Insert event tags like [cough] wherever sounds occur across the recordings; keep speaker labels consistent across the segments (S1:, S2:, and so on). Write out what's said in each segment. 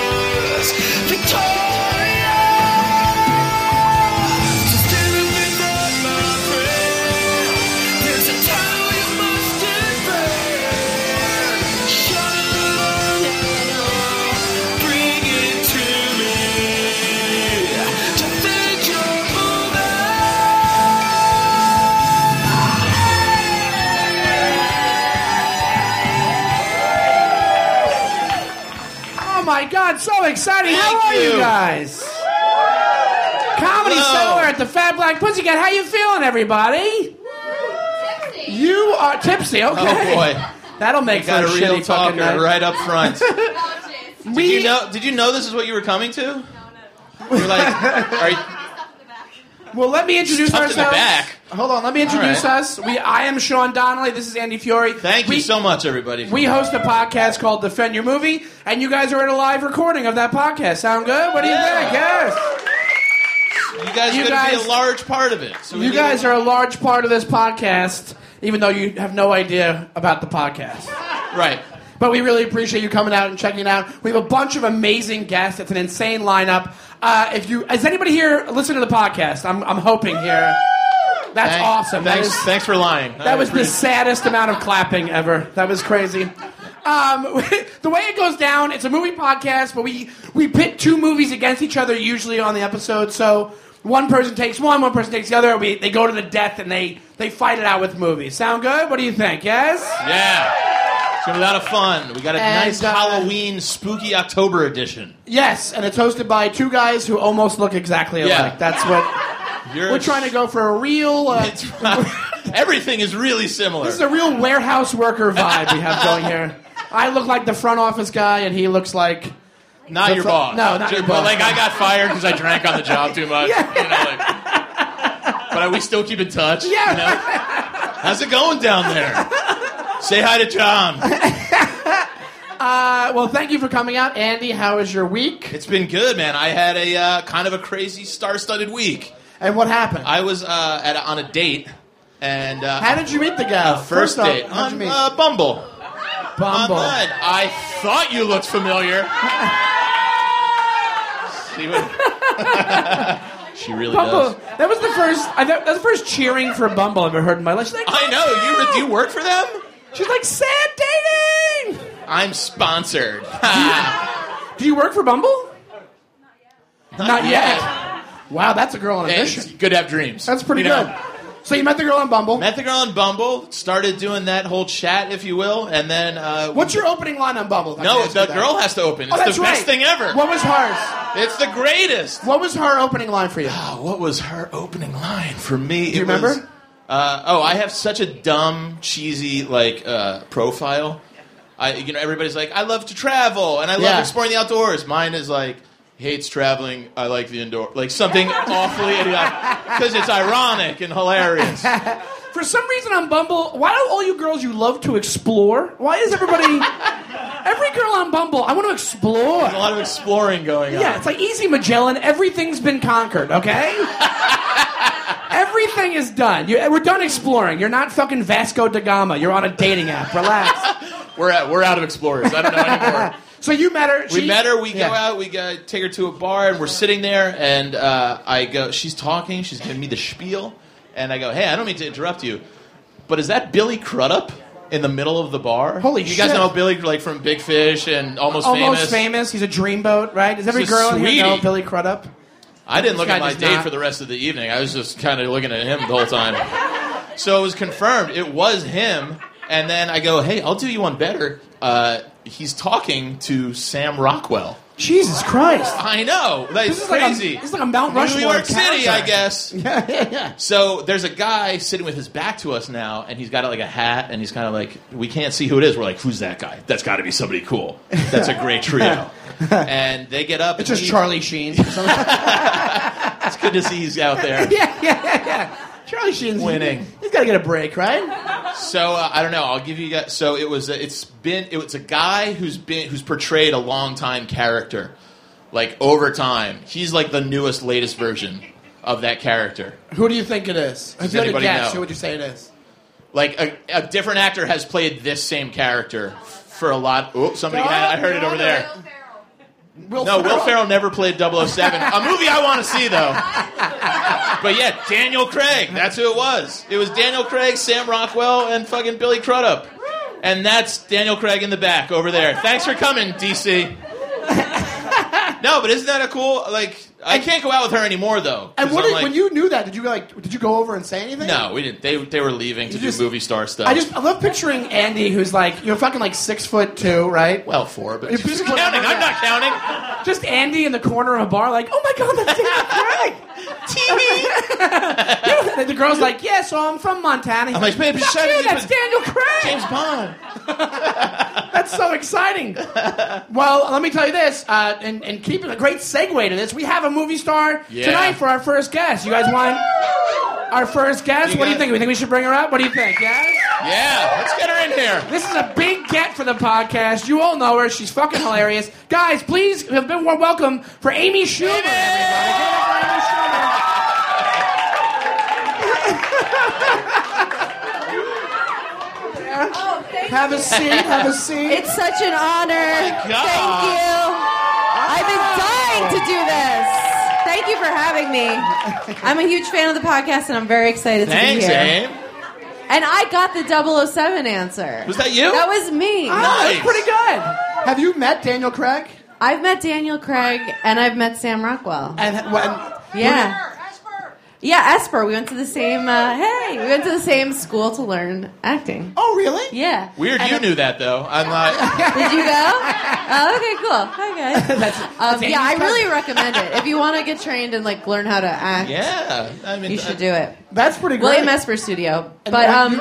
S1: is Victoria. So stand and be born, my friend. There's a tower you must defend. Shut it all down. Bring it to me. Defend your moment.
S2: Oh my God, so exciting!
S1: Thank
S2: How are you,
S1: you.
S2: guys? Comedy
S1: Hello.
S2: Cellar at the Fat Black Pussycat. How you feeling, everybody? You are tipsy. Okay.
S1: Oh, boy.
S2: [laughs] That'll make for
S1: Got
S2: a
S1: a real
S2: shitty fucking
S1: talker
S2: night.
S1: right
S2: [laughs]
S1: up front.
S2: We,
S1: Did you know? Did you know this is what you were coming to? No, no. You're like, are you,
S2: well, let me introduce
S1: Stuffed in the
S2: ourselves.
S1: back.
S2: Hold on, let me introduce
S1: All right.
S2: us. We, I am Sean Donnelly. This is Andy Fiore.
S1: thank
S2: we,
S1: you so much, everybody.
S2: We host a podcast called Defend Your Movie, and you guys are at a live recording of that podcast. Sound good? What do you
S1: Yeah.
S2: think? Yes.
S1: you guys
S2: you
S1: could be
S2: guys-
S1: a large part of it. So we
S2: You
S1: need-
S2: guys are a large part of this podcast, even though you have no idea about the podcast.
S1: right.
S2: But we really appreciate you coming out and checking it out. We have a bunch of amazing guests. It's an insane lineup. Uh, if you, is anybody here listening to the podcast? I'm, I'm hoping here. That's
S1: Thank-
S2: awesome. That
S1: Thanks.
S2: is-
S1: thanks for lying. I
S2: that was the
S1: appreciate-
S2: saddest amount of clapping ever. That was crazy. Um, [laughs] the way it goes down, it's a movie podcast, but we we pit two movies against each other usually on the episode. So one person takes one, one person takes the other. We, they go to the death and they they fight it out with movies. Sound good? What do you think? Yes.
S1: Yeah. It's gonna be a lot of fun. We got a
S2: And,
S1: nice
S2: uh,
S1: Halloween spooky October edition. [laughs]
S2: Yes, and it's hosted by two guys who almost look exactly alike.
S1: Yeah.
S2: That's what
S1: You're,
S2: we're trying to go for a real. Uh,
S1: It's, everything is really similar.
S2: this is a real warehouse worker vibe we have going here. I look like the front office guy, and he looks like.
S1: not your
S2: fr-
S1: boss.
S2: no, not
S1: Ju-
S2: your
S1: But
S2: boss.
S1: like I got fired because I drank on the job too much.
S2: Yeah.
S1: you know, like, but I- we still keep in touch. you
S2: Yeah.
S1: know? How's it going down there? Say hi to John.
S2: Uh, well, thank you for coming out, Andy. How was your week?
S1: It's been good, man. I had a uh, kind of a crazy star-studded week.
S2: And what happened?
S1: I was uh, at a, on a date, and uh,
S2: How did you meet the guy?
S1: first,
S2: off,
S1: date
S2: How'd you
S1: on
S2: meet?
S1: uh, Bumble.
S2: Bumble.
S1: Online. I thought you looked familiar. See what? [laughs] she really
S2: Bumble.
S1: does.
S2: That was the first. I, that, that was the first cheering for Bumble I've ever heard in my life. She's like,
S1: I know you. Do you work for them?
S2: she's like, sad dating.
S1: I'm [laughs] sponsored. uh,
S2: Do you work for Bumble? Not, yet. Wow, that's a girl on a
S1: Hey,
S2: mission.
S1: it's good to have dreams.
S2: That's pretty
S1: You know?
S2: good. So you met the girl on Bumble.
S1: Met the girl on Bumble. Started doing that whole chat, if you will, and then uh,
S2: What's your opening line on Bumble?
S1: No, the girl has to open. It's
S2: Oh, that's
S1: the
S2: right.
S1: best thing ever.
S2: What was hers?
S1: It's the greatest.
S2: What was her opening line for you?
S1: Oh, what was her opening line for me?
S2: you
S1: it was-
S2: remember?
S1: uh, oh, I have such a dumb, cheesy like uh, profile. I, you know, everybody's like, I love to travel and I love
S2: Yeah.
S1: exploring the outdoors. Mine is like, hates traveling. I like the indoor,
S2: [laughs]
S1: like something awfully idiotic because it's ironic and hilarious.
S2: For some reason on Bumble, why do all you girls you love to explore? Why is
S1: [laughs]
S2: everybody every girl on Bumble, I want to explore.
S1: A lot of exploring going on.
S2: Yeah, it's like easy Magellan, everything's been conquered,
S1: [laughs]
S2: okay? Everything is done. You, we're done exploring. You're not fucking Vasco da Gama. You're on a dating app.
S1: [laughs]
S2: Relax.
S1: we're at, we're out of explorers. I don't know anymore.
S2: [laughs] So you met her.
S1: We
S2: she-
S1: met her. We
S2: Yeah.
S1: go out. We go, take her to a bar, and we're sitting there. And uh, I go. She's talking. She's giving me the spiel, and I go, "Hey, I don't mean to interrupt you, but is that Billy Crudup in the middle of the bar?
S2: Holy
S1: You guys
S2: shit.
S1: know Billy like from Big Fish and Almost,
S2: Almost famous.
S1: Famous.
S2: He's a dreamboat, right? Does every
S1: He's a
S2: girl in here know
S1: sweetie.
S2: Billy Crudup?
S1: I didn't look
S2: This
S1: at
S2: guy
S1: my
S2: does
S1: date
S2: not.
S1: for the rest of the evening. I was just kind of looking at him the whole time. so it was confirmed it was him. And then I go, "Hey, I'll do you one better." Uh, he's talking to Sam Rockwell.
S2: Jesus Christ.
S1: I know. That's
S2: This is like a-
S1: crazy.
S2: this is like a Mount Rushmore
S1: New York City,
S2: encounter. [laughs]
S1: I guess. So there's a guy sitting with his back to us now, and he's got like a hat, and he's kind of like, we can't see who it is. We're like, who's that guy? That's got to be somebody cool. That's a
S2: [laughs]
S1: great trio. and they get up.
S2: It's
S1: and
S2: just
S1: he-
S2: Charlie Sheen.
S1: [laughs]
S2: yeah,
S1: It's good to see he's out there.
S2: [laughs] yeah, yeah, yeah. Charlie Sheen's
S1: Winning.
S2: He's got to get a break, right?
S1: So uh, I don't know. I'll give you guys. So it was. A, it's been. It was a guy who's been who's portrayed a long time character, like over time. He's like the newest, latest version of that character.
S2: Who do you think it is? If you had to
S1: anybody
S2: guess,
S1: know?
S2: who would you say it is?
S1: like a, a different actor has played this same character for a lot. Oh, somebody! I heard it over there.
S2: Will
S1: No, Will
S2: Ferrell.
S1: Ferrell never played 007. A movie I want to see though. But yeah, Daniel Craig. That's who it was. It was Daniel Craig, Sam Rockwell, and fucking Billy Crudup. And that's Daniel Craig in the back over there. Thanks for coming, DC. No, but isn't that a cool? Like, I can't go out with her anymore though. 'cause
S2: And what
S1: I'm
S2: did,
S1: like-
S2: when you knew that, did you like? Did you go over and say anything?
S1: No, we didn't. They they were leaving to
S2: You
S1: do
S2: just-
S1: movie star stuff.
S2: I just I love picturing Andy, who's like you're fucking like six foot two, right?
S1: well four, but
S2: You're just-
S1: counting. I'm not counting.
S2: Just Andy in the corner of a bar, like, oh my god, that's [laughs] Daniel Craig. TV. the girl's like, yeah, so I'm from Montana.
S1: I'm like, babe,
S2: Fuck
S1: just shut
S2: you,
S1: it.
S2: that's Daniel Craig.
S1: James Bond.
S2: That's so exciting. Well, let me tell you this, uh, and, and keeping a great segue to this, we have a movie star
S1: Yeah.
S2: tonight for our first guest. You guys want our first guest?
S1: You
S2: what do you
S1: got-
S2: think? We think we should bring her up? What do you think? Yeah?
S1: Yeah, let's get her in here.
S2: This is a big get for the podcast. You all know her. She's fucking hilarious. Guys, please have been warm welcome for Amy Schumer. everybody. Give it up for Amy Schumer.
S3: [laughs] Oh, thank
S2: Have a
S3: you.
S2: seat. Have a seat.
S3: It's such an honor.
S1: God.
S3: Thank you. I've been dying to do this. Thank you for having me. I'm a huge fan of the podcast, and I'm very excited
S1: Thanks, eh?
S3: to be here.
S1: Abe.
S3: And I got the 007 answer.
S1: Was that you?
S3: That was me.
S2: Ah,
S1: nice.
S2: That's pretty good. Have you met Daniel Craig?
S3: I've met Daniel Craig, and I've met Sam Rockwell.
S2: And when?
S3: Yeah. Yeah, Esper. We went to the same. Uh, hey, we went to the same school to learn acting.
S2: Oh, really?
S3: Yeah.
S1: Weird,
S3: And
S1: you
S3: it-
S1: knew that though.
S3: [laughs]
S1: I'm like,
S3: Did you go? Oh, okay, cool. Hi
S1: [laughs]
S3: guys. um, yeah, I really recommend it. If you want to get trained and like learn how to act,
S1: yeah. uh, I mean,
S3: you should do it.
S2: That's pretty great.
S3: William Esper Studio, but um,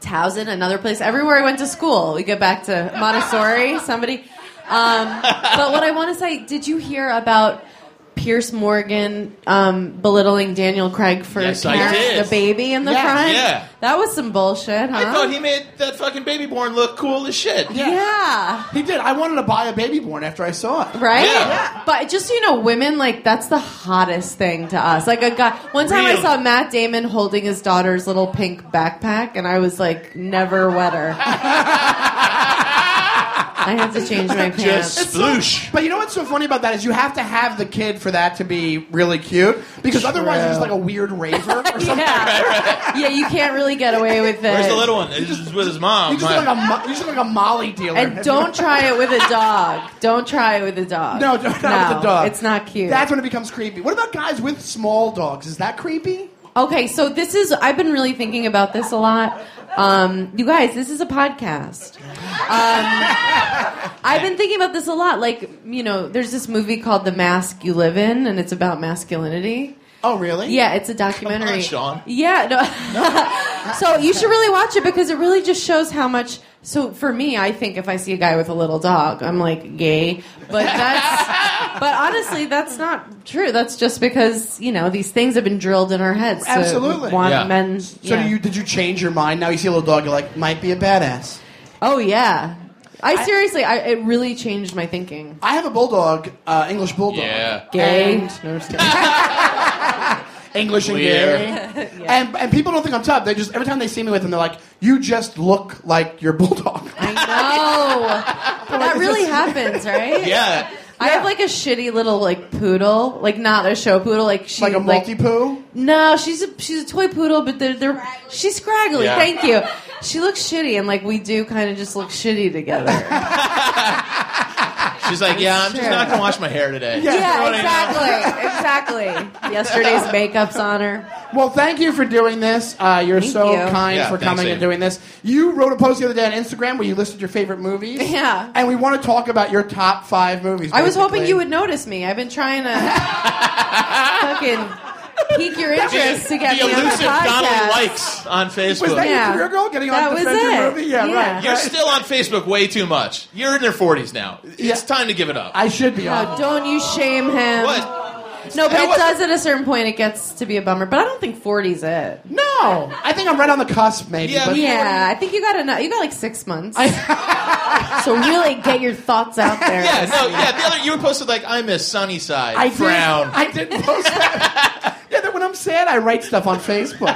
S3: Towson, another place. Everywhere I went to school, we go back to Montessori. Somebody. Um, but what I want to say, did you hear about? Pierce Morgan um, belittling Daniel Craig for
S1: Yes, I
S3: carrying
S1: did.
S3: the baby in the
S2: Yeah.
S3: front.
S1: Yeah.
S3: that was some bullshit, huh?
S1: I thought he made that fucking baby born look cool as shit.
S3: yeah.
S2: He did. I wanted to buy a baby born after I saw it.
S3: Right?
S1: Yeah. Yeah.
S3: But just so you know, women like that's the hottest thing to us. Like a guy. One time
S1: Really?
S3: I saw Matt Damon holding his daughter's little pink backpack, and I was like, never wetter. I had to change my pants.
S1: Just sploosh.
S2: But you know what's so funny about that is you have to have the kid for that to be really cute because otherwise it's like a weird raver or something.
S3: yeah. yeah, you can't really get away with it.
S1: Where's the little one? He's just with his mom.
S2: You just look like a mo- you just look like a Molly dealer.
S3: And don't try it with a dog. Don't try it with a dog.
S2: [laughs] No, don't- not with a dog.
S3: It's not cute.
S2: That's when it becomes creepy. What about guys with small dogs? Is that creepy?
S3: Okay, so this is I've been really thinking about this a lot. Um, you guys, this is a podcast. Um, I've been thinking about this a lot. Like, you know, there's this movie called The Mask You Live In, and it's about masculinity.
S2: Oh, really?
S3: Yeah, it's a documentary.
S1: Sean.
S3: Yeah, no. [laughs] so you should really watch it because it really just shows how much. So for me, I think if I see a guy with a little dog, I'm like gay. But that's.
S2: [laughs]
S3: but honestly, that's not true. That's just because you know these things have been drilled in our heads. to
S2: Absolutely.
S3: want
S1: Yeah.
S3: men.
S2: So
S3: yeah.
S2: do you did you change your mind? Now you see a little dog, you're like, might be a badass.
S3: Oh yeah. I seriously, I, it really changed my thinking.
S2: I have a bulldog, uh, English bulldog.
S1: Yeah.
S3: Gay.
S2: And-
S3: No, I'm just kidding.
S2: [laughs] English and
S1: Clear.
S3: [laughs]
S2: gay. And and people don't think I'm tough. They just every time they see me with them, they're like, "You just look like your bulldog." [laughs]
S3: I know. that really happens, right?
S1: Yeah.
S3: I have like a shitty little like poodle, like not a show poodle, like she
S2: like a multi poo.
S3: no, she's a she's a toy poodle, but they're they're she's scraggly.
S1: Yeah.
S3: Thank you. She looks shitty, and like we do, kind of just look shitty
S1: [laughs]
S3: together. yeah,
S1: She's like, yeah, I'm just
S3: Sure.
S1: not gonna wash my hair today.
S2: Yeah.
S1: You know what I mean?
S3: exactly, exactly. [laughs] Yesterday's makeup's on her.
S2: Well, thank you for doing this. Uh, you're
S3: Thank
S2: so
S3: you.
S2: kind
S1: Yeah,
S2: for
S1: thanks,
S2: coming
S1: Amy.
S2: and doing this. You wrote a post the other day on Instagram where you listed your favorite movies.
S3: Yeah.
S2: And we want to talk about your top five movies.
S3: I was hoping
S2: basically.
S3: you would notice me. I've been trying [laughs] to fucking pique your interest to get
S1: the
S3: me on the
S1: elusive Donald
S3: podcast.
S1: likes on Facebook.
S2: Was that
S3: Yeah.
S2: your career goal? Getting
S3: That
S2: on
S3: was
S2: defend your
S3: it.
S2: movie? Yeah,
S3: Yeah.
S2: right.
S1: You're still on Facebook way too much. You're in your 40s now. It's
S2: Yeah.
S1: time to give it up.
S2: I should be on.
S3: Oh, don't you shame him.
S1: what?
S3: No, but
S1: That
S3: it
S1: was-
S3: does at a certain point. It gets to be a bummer. But I don't think 40's it.
S2: No, I think I'm right on the cusp, maybe.
S1: Yeah,
S2: but
S3: Yeah, I think you got enough. You got like six months. [laughs] so really get your thoughts out there.
S1: [laughs] Yeah, no, yeah. The other, you posted like, I miss Sunnyside.
S2: I did-
S1: frown.
S2: I did post that. [laughs] yeah, that when I'm sad, I write stuff on Facebook.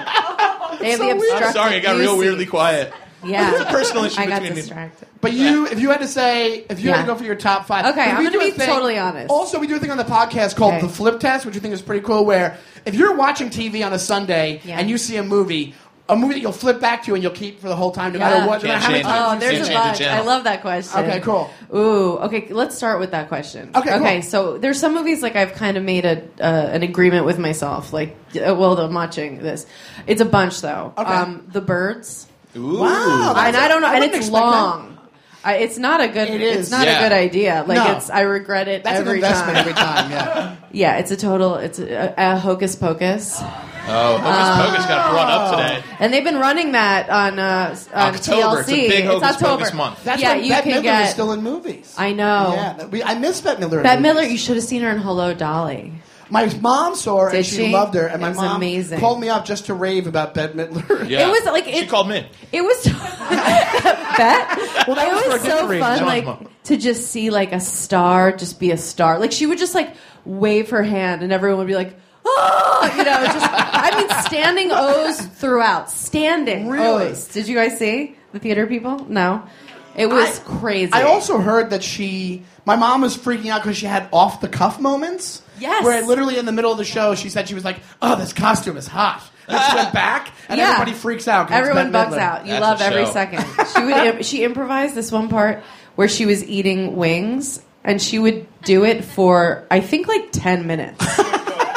S3: They
S2: so
S3: have the
S2: weird.
S1: I'm
S3: obstructed
S1: sorry, I got real
S3: Lucy.
S1: weirdly quiet.
S3: Yeah.
S1: It's a personal issue
S3: I got
S1: between me.
S3: distracted.
S2: But you, if you had to say, if you had to
S3: Yeah.
S2: go for your top five,
S3: Okay,
S2: but
S3: I'm
S2: we
S3: gonna
S2: do a
S3: be totally honest.
S2: Also, we do a thing on the podcast called
S3: Okay.
S2: the Flip Test, which I think is pretty cool. Where if you're watching TV on a Sunday
S3: Yeah.
S2: and you see a movie, a movie that you'll flip back to and you'll keep for the whole time, no matter
S3: Yeah.
S2: what, no
S1: Can't
S2: matter how many
S1: change
S2: times
S3: Oh,
S1: Change-
S2: you've
S3: there's
S2: seen
S3: a
S2: it.
S1: change the
S3: bunch.
S1: channel.
S3: I love that question.
S2: Okay, cool.
S3: Ooh, okay. Let's start with that question.
S2: Okay, cool.
S3: Okay. So there's some movies like I've kind of made a uh, an agreement with myself. Like, uh, well, I'm watching this. It's a bunch though.
S2: Okay.
S3: Um, the Birds.
S1: Ooh.
S2: Wow.
S3: and I don't know.
S2: I
S3: and
S2: wouldn't
S3: it's
S2: expect that.
S3: long. I, it's not a good.
S2: It is.
S3: It's not
S1: Yeah.
S3: a good idea. Like
S2: No.
S3: it's. I regret it
S2: That's
S3: every
S2: an investment
S3: time.
S2: every time. Yeah.
S3: yeah, it's a total. It's a, a, a hocus pocus.
S1: Oh, Hocus
S3: Uh,
S1: Pocus got brought up today.
S3: And they've been running that on, uh, on TLC.
S1: October. It's a big Hocus
S3: October.
S1: Pocus month.
S2: That's
S3: yeah,
S2: when
S3: you
S2: Bette
S3: can
S2: Midler
S3: get.
S2: was still in movies.
S3: I know.
S2: Yeah, that- we, I miss Bette Midler. in
S3: Bette Miller,
S2: movies.
S3: you should have seen her in Hello Dolly.
S2: My mom saw her and
S3: Did
S2: she,
S3: she?
S2: loved her, and my
S3: It was
S2: mom
S3: amazing.
S2: called me up just to rave about Bette Midler.
S1: [laughs] Yeah.
S3: It was like
S1: she
S3: it.
S1: called me.
S3: It [laughs] was that.
S2: Well, that was
S3: it
S2: for a
S3: was so
S2: different reason.
S3: fun,
S1: That was
S3: like
S1: mo-
S3: to just see like a star, just be a star. Like she would just like wave her hand, and everyone would be like. Oh, you know, just I mean, standing O's throughout. Standing
S2: Really?
S3: O's. Did you guys see the theater people? No, it was
S2: I-
S3: crazy.
S2: I also heard that she, my mom was freaking out because she had off the cuff moments.
S3: Yes.
S2: Where literally in the middle of the show, she said she was like, "Oh, this costume is hot." And she went back, and
S3: [laughs] Yeah.
S2: everybody freaks out. 'cause it's
S3: Everyone
S2: Bette
S3: bugs
S2: Midler.
S3: out. You
S1: That's
S3: love
S1: a
S3: every
S1: show.
S3: second. She would. she improvised this one part where she was eating wings, and she would do it for I think like ten minutes.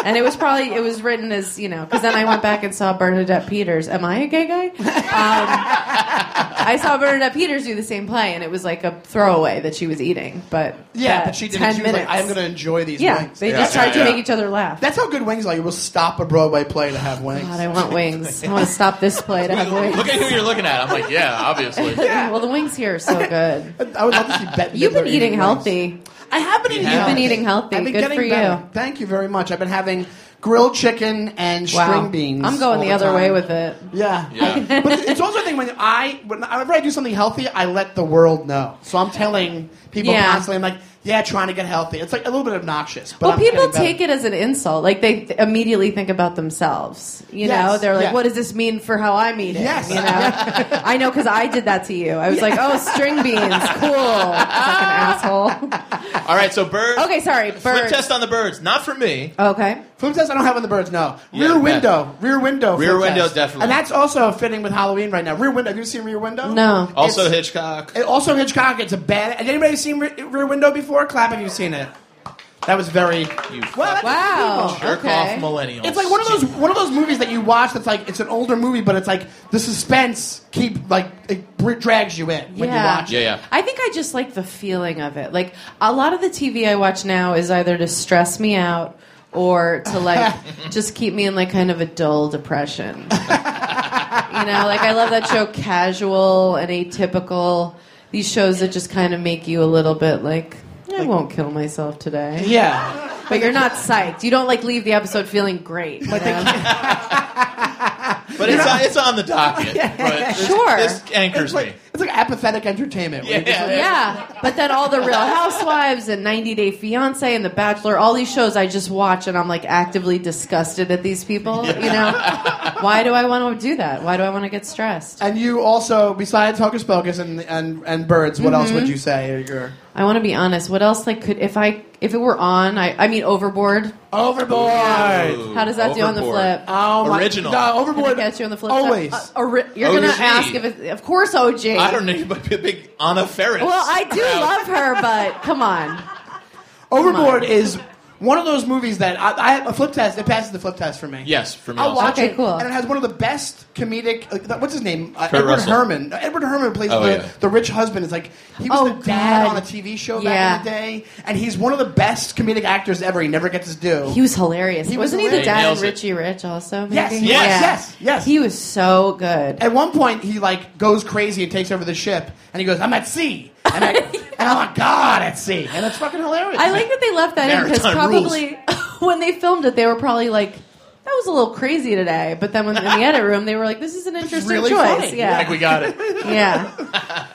S3: And it was probably it was written as you know because then I went back and saw Bernadette Peters. Am I a gay guy? Um, I saw Bernadette Peters do the same play, and it was like a throwaway that she was eating. But
S2: Yeah,
S3: that
S2: but she did.
S3: ten
S2: it. She was
S3: minutes.
S2: like, "I am going to enjoy these
S3: yeah,
S2: wings."
S3: they
S1: Yeah,
S3: just
S1: yeah,
S3: tried to
S1: yeah.
S3: make each other laugh.
S2: That's how good wings are. You will stop a Broadway play to have wings.
S3: God, I want wings. I want to stop this play to have wings.
S1: Look at who you're looking at. I'm like, yeah,
S3: [laughs]
S1: obviously.
S3: Well, the wings here are so good.
S2: I would love to see Bette.
S3: [laughs] You've
S2: Midler
S3: been eating
S2: wings.
S3: healthy.
S2: I have been eating.
S1: have.
S2: healthy.
S1: You've been
S3: eating healthy.
S2: I've been
S3: Good
S2: getting
S3: for you.
S2: better. Thank you very much. I've been having grilled chicken and
S3: Wow.
S2: string beans.
S3: I'm going
S2: all
S3: the other
S2: time.
S3: way with it.
S2: Yeah.
S1: Yeah.
S2: [laughs] but it's also a thing when I, whenever I do something healthy, I let the world know. So I'm telling people
S3: Yeah.
S2: constantly, I'm like, yeah, trying to get healthy. It's like a little bit obnoxious. But
S3: well,
S2: I'm
S3: people
S2: getting better.
S3: take it as an insult. Like they th- immediately think about themselves. You
S2: Yes,
S3: know, they're like,
S2: yeah.
S3: "What does this mean for how I'm eating?"
S2: Yes. [laughs]
S3: You know, I know because I did that to you. I was like, "Oh, string beans,
S2: [laughs]
S3: cool." Fucking asshole.
S1: All right, so birds.
S3: Okay, sorry.
S1: Flip
S3: Bird.
S1: test on the birds. Not for me.
S3: Okay.
S2: Flip test, I don't have on the birds, no.
S1: Yeah,
S2: rear
S1: bet.
S2: window. Rear window.
S1: Rear
S2: flip
S1: Window,
S2: test.
S1: definitely.
S2: And that's also fitting with Halloween right now. Rear window. Have you seen Rear Window?
S3: No.
S1: Also
S2: It's-
S1: Hitchcock.
S2: And also Hitchcock. It's a bad. Has anybody seen Re- Rear Window before? Clap if you've seen it. That was very.
S1: You
S2: Well, that's
S1: fucking
S3: Wow.
S2: people.
S1: jerk
S3: okay.
S1: off millennials.
S2: It's like one of those one of those movies that you watch that's like it's an older movie, but it's like the suspense keep like it br- drags you in when you watch.
S1: Yeah,
S2: it.
S1: yeah.
S3: I think I just like the feeling of it. Like a lot of the TV I watch now is either to stress me out or
S2: [laughs]
S3: to like just keep me in like kind of a dull depression. you know, like I love that show Casual and Atypical. These shows that just kind of make you a little bit like I won't kill myself today.
S2: Yeah.
S3: But you're not psyched. You don't like leave the episode feeling great. you know? [laughs]
S1: but it's, on, it's on the docket. But this-
S3: Sure.
S1: This anchors
S2: It's like,
S1: me.
S2: it's like apathetic entertainment. where you're just
S1: Yeah.
S2: like-
S3: Yeah, but then all the Real Housewives and 90 Day Fiance and The Bachelor, all these shows I just watch and I'm like actively disgusted at these people. You know, why do I want to do that? Why do I want to get stressed?
S2: And you also, besides Hocus Pocus and and, and Birds, what else
S3: Mm-hmm.
S2: would you say? are Your
S3: I want to be honest. What else? Like, could if I if it were on? I I mean, Overboard.
S2: Overboard.
S1: Ooh,
S3: How does that do on the
S1: overboard.
S3: flip?
S2: Oh my,
S1: Original.
S2: No,
S3: Can I
S2: Overboard.
S3: catch you on the flip.
S2: Always.
S3: Uh, ori- you're gonna
S1: OG.
S3: ask if it's of course OG.
S1: I don't know. You might be a big Anna Ferris.
S3: Well, I do love her, but come on.
S2: Overboard is one of those movies that I, I a flip test. It passes the flip test for me.
S1: Yes, for me
S2: I'll
S1: also.
S2: watch
S3: Okay,
S2: it.
S3: cool.
S2: And it has one of the best comedic. Uh, that- what's his name? Uh,
S1: Kurt
S2: Edward
S1: Russell.
S2: Herman. Uh, Edward Herman plays
S1: Oh,
S2: the,
S1: yeah.
S2: the rich husband. It's like he was
S3: Oh,
S2: the dad on
S3: God.
S2: a TV show
S3: Yeah.
S2: back in the day, and he's one of the best comedic actors ever. He never gets his due.
S3: He was hilarious.
S2: He was
S3: Wasn't he the
S2: hilarious.
S3: dad
S1: He nails
S3: in
S1: it.
S3: Richie Rich also? Maybe?
S2: Yes, yes,
S3: Yeah.
S2: yes, yes.
S3: He was so good.
S2: at one point he like goes crazy and takes over the ship, and he goes, "I'm at sea," and,
S3: [laughs]
S2: I, and I'm like, "God, at sea," and it's fucking hilarious.
S3: I like that they left that in because [laughs]
S1: Maritime rules.
S3: probably when they filmed it, they were probably like, that was a little crazy today. But then when, in the edit room, they were like, this is an interesting
S2: really
S3: choice.
S2: funny.
S3: Yeah.
S1: Like we got it.
S2: [laughs]
S3: yeah.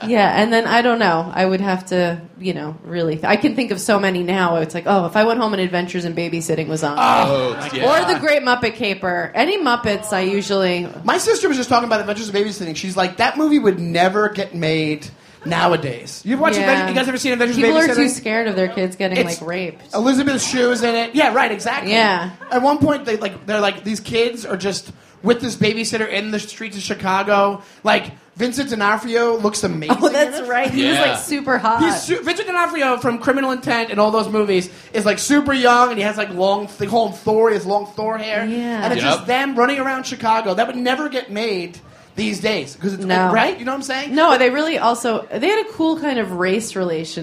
S3: Yeah. And then I don't know. I would have to, you know, really. I can think of so many now. It's like, oh, if I went home and Adventures in Babysitting was on.
S1: Oh, yeah.
S3: Or the Great Muppet Caper. Any Muppets, I usually.
S2: My sister was just talking about Adventures in Babysitting. She's like, that movie would never get made nowadays. You've watched
S3: Yeah.
S2: Advent- you guys ever seen Adventures in
S3: People are
S2: Babysitting?
S3: too scared of their kids getting
S2: It's- Oh,
S3: like raped.
S2: Elizabeth Shue is in it. Yeah, right, exactly.
S3: Yeah.
S2: At one point, they like they're like these kids are just with this babysitter in the streets of Chicago. Like Vincent D'Onofrio looks amazing.
S3: Oh,
S2: in
S3: that's
S2: it.
S3: right. He was
S1: Yeah.
S3: like super hot.
S2: He's su- Vincent D'Onofrio from Criminal Intent and all those movies is like super young and he has like long, they call him Thor, he has long Thor hair.
S3: Yeah.
S2: And it's
S1: Yep.
S2: just them running around Chicago. That would never get made these days. Because it's
S3: No.
S2: right? You know what I'm saying?
S3: No, they really also they had a cool kind of race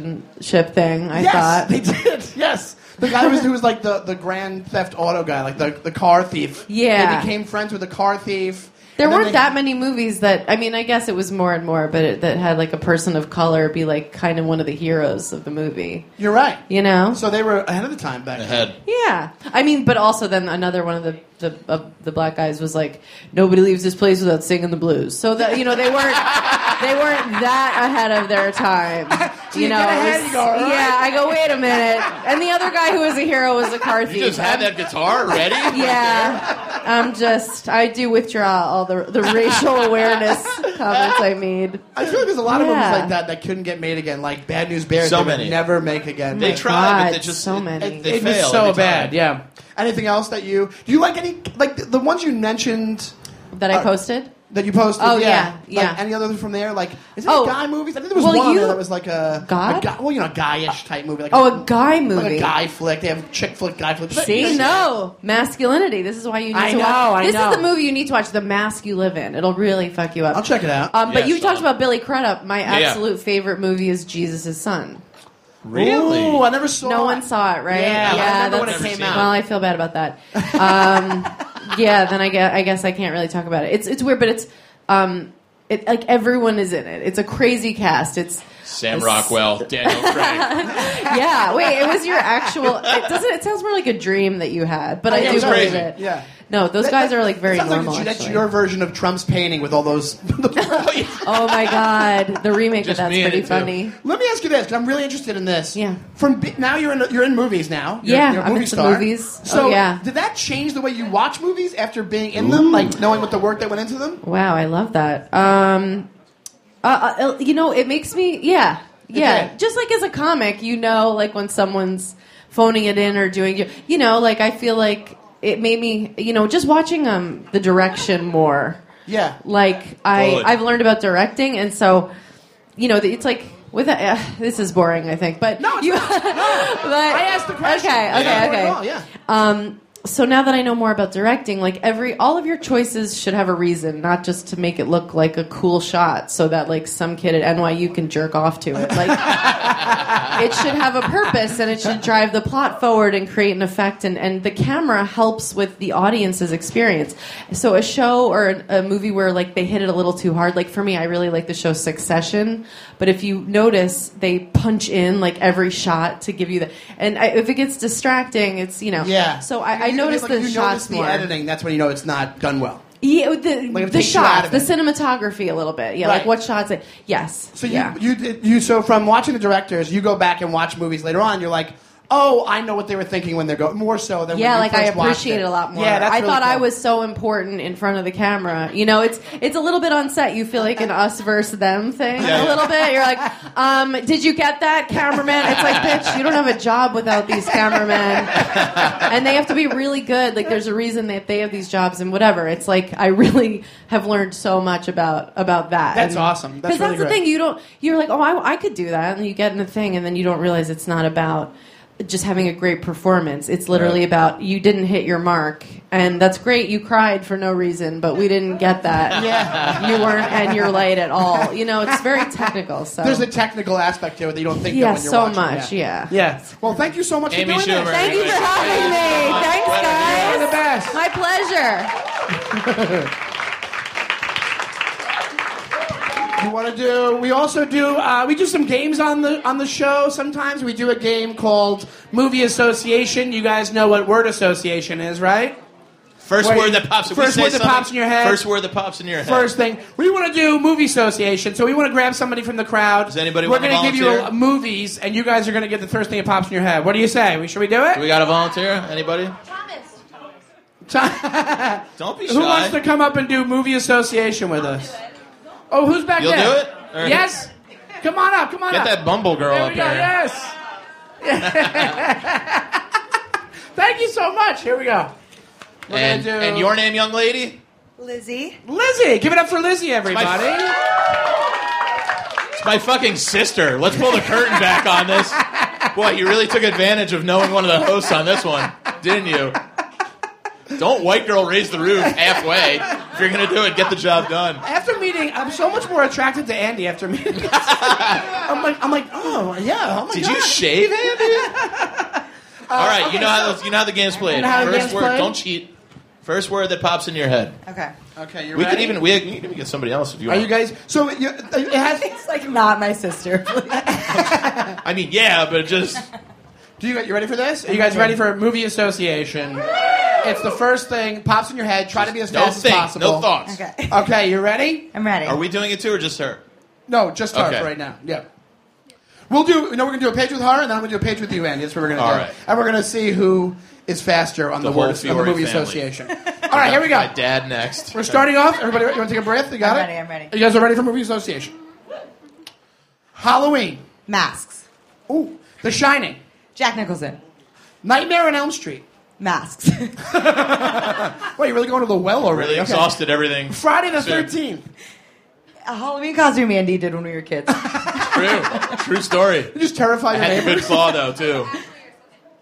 S3: relationship thing. I
S2: yes,
S3: thought.
S2: they did. Yes. The guy was, who was like the, the Grand Theft Auto guy, like the, the car thief.
S3: Yeah.
S2: They became friends with the car thief.
S3: there
S2: And then
S3: weren't
S2: they-
S3: that many movies that I mean, I guess it was more and more, but it, that had like a person of color be like kind of one of the heroes of the movie.
S2: You're right.
S3: You know?
S2: So they were ahead of the time back then.
S1: Ahead.
S3: yeah, I mean, but also then another one of the the of the black guys was like, nobody leaves this place without singing the blues. So that you know they weren't
S2: [laughs]
S3: they weren't that ahead of
S2: [laughs]
S3: their time.
S2: So you get ahead,
S3: it was-
S2: you go, "All right."
S3: yeah, I go, wait a minute, and the other guy who was a hero was a car thief.
S1: You just had
S3: I'm-
S1: that guitar ready?
S2: [laughs]
S3: Yeah, I'm just I do withdraw all the the racial
S1: [laughs]
S3: awareness comments I made.
S2: I feel like there's a lot of movies
S3: Yeah.
S2: like that that couldn't get made again, like Bad News Bears.
S1: So
S2: they would
S1: many.
S2: never make again.
S1: They
S2: Like,
S1: tried, but
S3: God,
S1: they just
S3: so
S1: it-
S3: many.
S1: It, they
S2: it was
S1: failed
S2: so
S1: every time.
S2: bad. Yeah. Anything else that you do? You like any like the, the ones you mentioned
S3: That I
S2: Uh,
S3: posted.
S2: that you posted?
S3: Oh, yeah,
S2: Like,
S3: yeah.
S2: Any other from there? Like is there
S3: Oh.
S2: any guy movies? I think there was
S3: Well,
S2: one on
S3: you-
S2: there that was like a
S3: God?
S2: a guy, well, you know, a guyish type movie. Like
S3: Oh, a guy
S2: like
S3: movie.
S2: a guy flick. They have chick flick, guy flick. But-
S3: See, no masculinity. This is why you need
S2: I
S3: to
S2: know, I
S3: watch. This
S2: know.
S3: is the movie you need to watch. The Mask You Live In. It'll really fuck you up.
S2: I'll check it out.
S3: Um, but
S1: Yeah,
S3: you
S1: so-
S3: talked about Billy Crudup. My
S1: Yeah.
S3: absolute favorite movie is Jesus' Son.
S1: Really?
S2: Ooh, I never saw.
S3: No
S2: it.
S3: one saw it, right?
S2: Yeah,
S1: I remember
S3: that's-
S1: when it came out.
S3: Well, I feel bad about that. Um, yeah, then I guess, I guess I can't really talk about it. It's it's weird, but it's um, it, like everyone is in it. It's a crazy cast. It's
S1: Sam Rockwell,
S2: [laughs]
S1: Daniel Craig.
S3: yeah. Wait, it was your actual. It doesn't. It sounds more like a dream that you had, but I
S2: yeah,
S3: do
S2: it was
S3: believe
S1: crazy.
S3: it.
S2: Yeah.
S3: No, those guys are like very
S2: Sounds
S3: normal.
S2: Like that's
S3: actually.
S2: your version of Trump's painting with all those [laughs]
S3: [laughs] Oh my god, the remake of
S1: Just
S3: that's
S1: me in
S3: pretty
S1: it, too.
S3: funny.
S2: Let me ask you this, 'cause I'm really interested in this.
S3: Yeah.
S2: From bi- now you're in you're in movies now. You're-
S3: Yeah,
S2: you're a
S3: I'm
S2: movie
S3: into
S2: star.
S3: movies. Oh,
S2: So
S3: yeah.
S2: did that change the way you watch movies after being in them, like knowing what the work that went into them?
S3: Wow, I love that. Um, uh, uh, you know, it makes me, yeah, yeah.
S2: Okay.
S3: Just like as a comic, you know, like when someone's phoning it in or doing, you know, like I feel like it made me, you know, just watching um the direction more.
S2: Yeah.
S3: Like I,
S1: Good.
S3: I've learned about directing, and so, you know, it's like with a, uh, this is boring, I think, but
S2: No, it's
S3: you, [laughs]
S2: not.
S3: but I
S2: asked the question.
S3: Okay, okay,
S2: It's not boring
S3: okay
S2: at all, yeah.
S3: um, so now that I know more about directing, like every all of your choices should have a reason, not just to make it look like a cool shot, so that like some kid at NYU can jerk off to it. Like it should have a purpose, and it should drive the plot forward and create an effect. And, and the camera helps with the audience's experience. So a show or an, a movie where like they hit it a little too hard. Like for me, I really like the show Succession, but if you notice, they punch in like every shot to give you the. And I, if it gets distracting, it's you know
S2: Yeah.
S3: so I, I
S2: You- you-
S3: noticed
S2: like,
S3: the
S2: you notice
S3: shots
S2: the
S3: more.
S2: editing. That's when you know it's not done well.
S3: Yeah, the,
S2: Like, it
S3: the
S2: takes you out
S3: shots,
S2: of
S3: the
S2: it.
S3: cinematography a little bit. Yeah,
S2: Right.
S3: like what shots? It, yes.
S2: So you
S3: yeah.
S2: you did- you so from watching the directors, you go back and watch movies later on. You're like. Oh, I know what they were thinking when they're going. More so than
S3: yeah,
S2: when you
S3: like I
S2: first watched
S3: appreciate
S2: it.
S3: it a lot more.
S2: Yeah, that's
S3: I
S2: really
S3: thought I
S2: cool.
S3: was so important in front of the camera. You know, it's it's a little bit on set. You feel like an us versus them thing
S1: Yeah.
S3: a little bit. You're like, um, did you get that, cameraman? It's like, bitch, you don't have a job without these cameramen, and they have to be really good. Like, there's a reason that they have these jobs and whatever. It's like I really have learned so much about about that.
S2: That's
S3: And-
S2: awesome. That's
S3: because that's
S2: really
S3: the
S2: great.
S3: thing you don't you're like oh I, I could do that and you get in the thing and then you don't realize it's not about just having a great performance it's literally
S1: Right.
S3: about you didn't hit your mark and that's great you cried for no reason but we didn't get that
S2: [laughs] Yeah.
S3: you weren't and your light at all you know it's very technical so
S2: There's a [laughs] technical aspect to it that you don't think.
S3: Yeah,
S2: of when you're
S3: so
S2: watching.
S3: much, yeah.
S2: Yeah. Well, thank you so much
S1: Amy
S2: for doing
S1: Schumer.
S2: this.
S3: thank you for having me thanks guys
S2: You're the best.
S3: my pleasure
S2: You want to do? We also do. Uh, we do some games on the on the show. Sometimes we do a game called Movie Association. You guys know what word association is, right?
S1: First
S2: Where
S1: word
S2: you-
S1: that pops. if we
S2: First
S1: say
S2: word that
S1: something,
S2: pops in your head.
S1: First word that pops in your head.
S2: First thing we want to do movie association, so we want to grab somebody from the crowd.
S1: Does anybody
S2: We're
S1: wanna
S2: gonna give you
S1: volunteer?
S2: a, movies, and you guys are going to get the first thing that pops in your head. What do you say? We Should we do [laughs]
S1: Do we
S2: it?
S1: got a volunteer? Anybody?
S4: Thomas.
S1: Don't be shy.
S2: Who wants to come up and do movie association with us? Oh, who's back
S1: You'll
S2: there?
S1: do it? All right.
S2: Yes. Come on up. Come on up.
S1: Get that Bumble girl
S2: There
S1: up
S2: we
S1: here.
S2: go. Yes. [laughs] Thank you so much. Here we go. We're
S1: And,
S2: gonna do
S1: and your name, young lady?
S4: Lizzie.
S2: Lizzie. Give it up for Lizzie, everybody.
S1: It's my fucking sister. Let's pull the curtain back on this. Boy, you really took advantage of knowing one of the hosts on this one, didn't you? Don't white girl raise the roof halfway. If you're gonna do it, get the job done.
S2: After meeting, I'm so much more attracted to Andy after meeting. [laughs] I'm like, I'm like, oh yeah. Oh my
S1: Did
S2: god.
S1: you shave it?
S2: Uh,
S1: All right, you know how the, you know how the game's played.
S2: know how the
S1: First
S2: game's
S1: word,
S2: played?
S1: don't cheat. First word that pops in your head.
S4: Okay.
S2: okay, you're
S1: we
S2: ready?
S1: could even we, we could even get somebody else if you
S2: Are
S1: want.
S2: you guys? So you, it has.
S4: [laughs] It's like not my sister. [laughs]
S1: I mean, yeah,
S2: [laughs]
S1: but just
S2: Do you you ready for this? Are you guys ready for movie association? It's the first thing pops in your head. Try to be as
S1: no
S2: fast as
S1: think,
S2: possible.
S1: no thoughts.
S4: okay.
S2: Okay, you ready?
S4: I'm ready.
S1: Are we doing it too or just her?
S2: No, just her
S1: Okay.
S2: for right now. Yeah. We'll do. You know, we're gonna do a page with her, and then I'm gonna do a page with you, Andy. That's what we're gonna
S1: All
S2: do.
S1: right.
S2: And we're gonna see who is faster on
S1: The
S2: the,
S1: whole
S2: words on the
S1: Fiore
S2: movie
S1: family.
S2: association. All right,
S1: [laughs]
S2: here we go.
S1: My dad next.
S2: We're starting off. Everybody, you want to take a breath? You got
S4: I'm
S2: it.
S4: ready, I'm ready.
S2: You guys are ready for movie association. Halloween.
S4: Masks.
S2: Ooh, The Shining.
S4: Jack Nicholson.
S2: Nightmare on Elm Street.
S4: Masks. [laughs]
S2: Wait, you're really going to the well already?
S1: Really
S2: Okay.
S1: exhausted everything.
S2: Friday the
S1: Sure.
S2: Thirteenth.
S4: A Halloween costume Andy did when we
S5: [laughs]
S4: were kids.
S1: True. True story.
S2: You just terrify your
S1: Had a good
S2: neighbors.
S1: claw though too.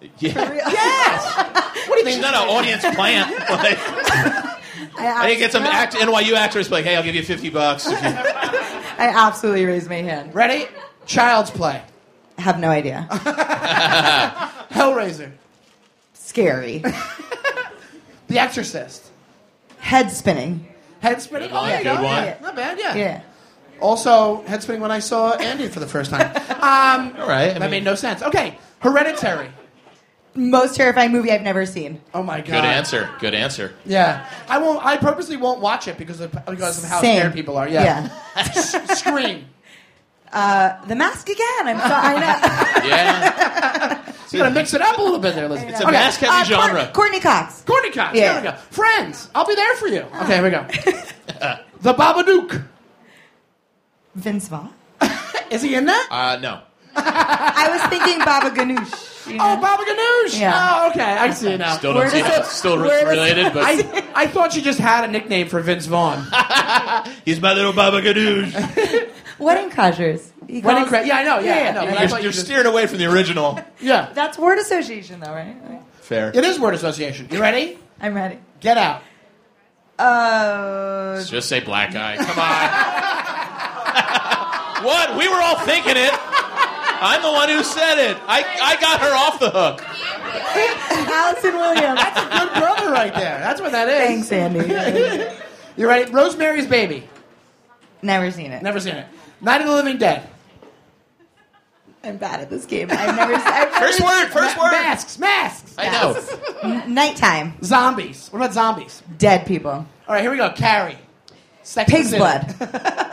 S1: Yeah.
S4: yes.
S2: What do you
S1: She's
S2: think?
S1: not an audience plant. Like,
S4: I,
S1: hey, get some act- NYU actors. Like, hey, I'll give you fifty bucks. If you-
S4: I absolutely raised my hand.
S2: Ready? Child's Play.
S4: Have no idea.
S2: Hellraiser.
S4: Scary.
S2: The Exorcist.
S4: Head spinning.
S2: Head spinning.
S1: one,
S2: Oh, yeah,
S1: good
S2: yeah,
S1: one.
S2: yeah. Not bad. Yeah.
S4: Yeah.
S2: Also, head spinning when I saw Andy for the first time. Um,
S1: All right. I
S2: that
S1: mean,
S2: made no sense. Okay. Hereditary.
S4: Most terrifying movie I've never seen.
S2: Oh my god.
S1: good answer. Good answer.
S2: Yeah, I won't. I purposely won't watch it because of because of how
S4: Same.
S2: scared people are. Yeah, S- [laughs] Scream.
S4: Uh, the mask again. I'm so,
S2: [laughs]
S4: I know.
S1: Yeah.
S2: You gotta mix it up a little bit there, Elizabeth.
S1: It's a mask heavy
S4: Uh, Courtney-
S1: genre.
S4: Courtney Cox.
S2: Courtney Cox.
S4: Yeah.
S2: There
S4: Ah.
S2: we go. Friends. I'll be there for you. Okay, here we
S4: [laughs]
S2: go. the Babadook.
S4: Vince Vaughn.
S2: Is he in that?
S1: Uh, no.
S4: I was thinking Baba Ganoush. you know?
S2: Oh, Baba Ganoush.
S4: Yeah.
S2: Oh, okay. I see it now.
S1: Still don't
S4: Where
S1: see
S4: does
S1: how
S4: it-
S1: it's still
S4: where does-
S1: related, but
S2: I, I thought you just had a nickname for Vince Vaughn.
S4: [laughs]
S1: he's my little Baba Ganoush.
S4: Wedding Crashers. He
S2: Wedding
S4: calls-
S2: Cra- yeah, I know. Yeah,
S4: Yeah.
S2: I know. but I
S1: You're,
S2: thought you
S1: you're
S2: just-
S1: steering away from the original.
S2: Yeah,
S4: That's word association, though, right?
S1: Fair.
S2: it is word association. You ready?
S4: I'm ready.
S2: Get out.
S4: Uh,
S1: Just say black guy. Come on. what? We were all thinking it. I'm the one who said it. I, I got her off the hook.
S2: [laughs]
S4: Allison Williams.
S2: Good brother, right there. That's what that is.
S4: Thanks, Andy.
S2: You ready? Rosemary's Baby.
S4: never seen it.
S2: Never seen it. Night of the Living Dead.
S4: I'm bad at this game. I've never. I've never
S1: First word. First
S2: Ma-
S1: word.
S2: Masks, masks.
S1: I know.
S4: Nighttime.
S2: Zombies. What about zombies?
S4: Dead people.
S2: All right, here we go. Carrie. Sex and
S4: Pig's
S2: City.
S4: blood.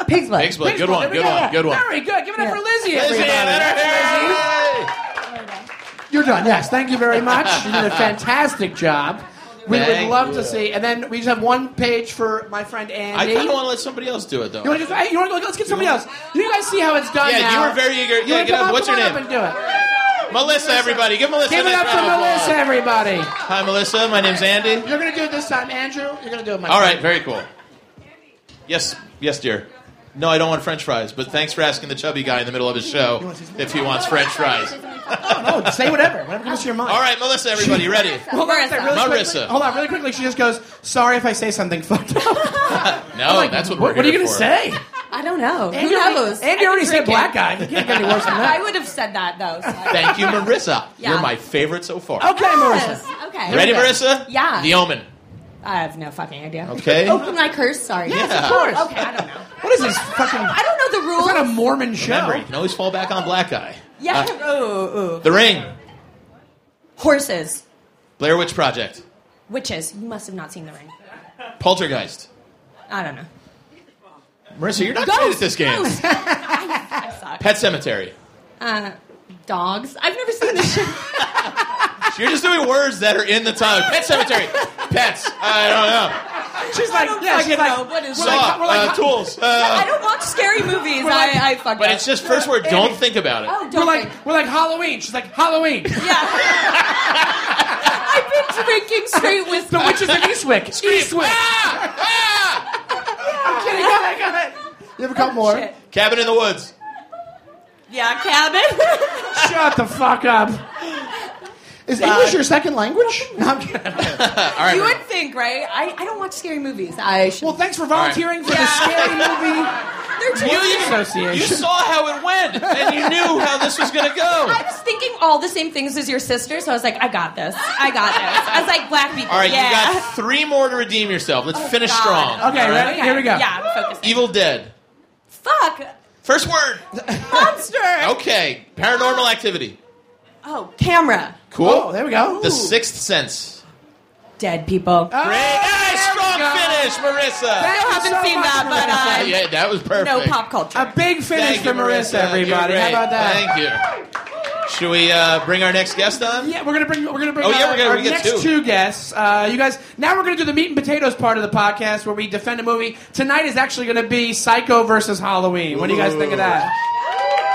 S4: Pig's blood.
S1: Pig's blood. Good
S2: blood. There
S1: one.
S2: we
S1: Good one. Good one.
S2: Very good. Give it up
S4: Yeah.
S2: for Lizzie.
S1: Lizzie,
S2: everybody.
S1: let her hear it.
S2: You're done. Yes, thank you very much. You
S1: [laughs]
S2: did a fantastic job. We would
S1: Thank
S2: love
S1: you.
S2: to see. And then we just have one page for my friend
S1: I
S2: Andy.
S1: kind of want to let somebody else do it though.
S2: you want to just, hey, you want to go? Let's get somebody else. You guys see how it's done
S1: yeah,
S2: now.
S1: you were very eager.
S2: You wanna
S1: Yeah, get
S2: come
S1: up. What's your
S2: Come
S1: name?
S2: on up and do it.
S1: Melissa, everybody. Give Melissa
S2: Give
S1: a
S2: it
S1: nice
S2: up for
S1: round of applause.
S2: Melissa, everybody.
S1: Hi, Melissa. My name's Andy.
S2: You're going to do it this time, Andrew. You're going to do it, my
S1: All
S2: friend.
S1: right, very cool. Yes, yes, dear. No, I don't want French fries, but thanks for asking the chubby guy in the middle of his show if he wants French fries.
S2: [laughs] No, Oh, say whatever. Whatever comes to your mind.
S1: All right, Melissa,
S2: [laughs]
S1: everybody, ready?
S2: Hold on, a second, really
S1: Marissa.
S2: quickly- Hold on, really quickly. She just goes, "Sorry if I say something fucked up." [laughs]
S1: No, Oh, that's what we're
S2: what, what are you
S1: here
S2: gonna
S1: for.
S2: say?
S3: I don't know.
S2: Andy
S3: Who
S2: already-
S3: knows?
S2: Andy already said black guy. He
S3: [laughs]
S2: can't get any worse than that.
S5: I would have said that though. so I-
S1: Thank you,
S2: [laughs]
S1: Marissa.
S5: Yeah.
S1: You're my favorite so far.
S2: Okay,
S5: Yes,
S2: Marissa.
S5: [laughs] Okay.
S1: Ready,
S2: Yeah.
S1: Marissa?
S5: Yeah.
S1: The Omen.
S5: I have no fucking idea.
S1: Okay.
S5: Oh, can I curse? Sorry.
S1: Yeah. Of
S2: course.
S5: Okay, I don't know.
S2: What is this fucking?
S5: I don't know the rules.
S2: It's not a Mormon show.
S1: Remember, you can always fall back on black guy.
S5: yeah.
S1: Uh,
S5: ooh, ooh.
S1: the Ring.
S5: Horses.
S1: Blair Witch Project.
S5: Witches. You must have not seen The Ring.
S1: Poltergeist.
S5: I don't know.
S1: Marissa, you're not good at this game.
S5: I suck.
S1: Pet Cemetery.
S5: Uh, dogs. I've never seen this show.
S1: You're just doing words that are in the title. Pet Cemetery. Pets. I don't know.
S2: She's like, yeah, she's like,
S5: know. What is
S2: we're
S1: Saw.
S2: like, we're like,
S1: uh, tools. Uh,
S5: I don't watch scary movies. I, I fuck
S1: but
S5: up.
S1: it's just first word. Don't think about it.
S5: Oh,
S2: we're
S5: don't
S2: like,
S5: think.
S2: we're like Halloween. She's like Halloween. The
S5: Yeah. I've been drinking straight whiskey.
S2: witches of Eastwick.
S1: [laughs]
S2: Eastwick.
S1: Ah!
S2: I'm kidding. Got it. Got it. You have a couple more.
S5: Shit.
S1: Cabin in the Woods.
S5: [laughs] Yeah, cabin.
S2: Shut the fuck up. Is English your second language? No, I'm kidding.
S5: [laughs] you would think, right? I, I don't watch scary movies. I should.
S2: Well, thanks for volunteering for the scary movie
S5: [laughs] they're too-
S1: You
S2: association.
S1: saw how it went, and you knew how this was going to go.
S5: [laughs] I was thinking all the same things as your sister, so I was like, I got this. I got this. I was like, black people.
S1: All right,
S5: yeah. Oh,
S1: you got three more to redeem yourself. Let's finish
S5: God.
S1: strong.
S2: Okay,
S1: all
S2: ready? Here we go.
S5: Yeah, [laughs] I'm focused.
S1: Evil Dead.
S5: Fuck.
S1: First word.
S5: Monster.
S1: [laughs] Okay. Paranormal activity.
S5: Oh, camera.
S1: Cool.
S2: Oh, there we go.
S1: The Sixth Sense.
S5: [laughs] Dead people.
S2: Oh,
S1: Great. Hey, strong
S2: go.
S1: finish, Marissa.
S5: I
S2: Thank you
S5: haven't
S2: so
S5: seen
S2: much,
S5: that,
S2: Marissa.
S5: but uh,
S1: yeah, that was perfect.
S5: no pop culture.
S2: A big finish
S1: Thank
S2: for
S1: you,
S2: Marissa, everybody.
S1: You're
S2: How about
S1: great.
S2: that?
S1: Thank you. Should we uh, bring our next guest on?
S2: Yeah, we're gonna bring we're gonna bring
S1: Oh, yeah,
S2: our-
S1: we're gonna-
S2: our
S1: we get
S2: next
S1: two.
S2: guests. Uh, you guys, now we're gonna do the meat and potatoes part of the podcast where we defend a movie. Tonight is actually gonna be Psycho versus Halloween. What do you guys think of that?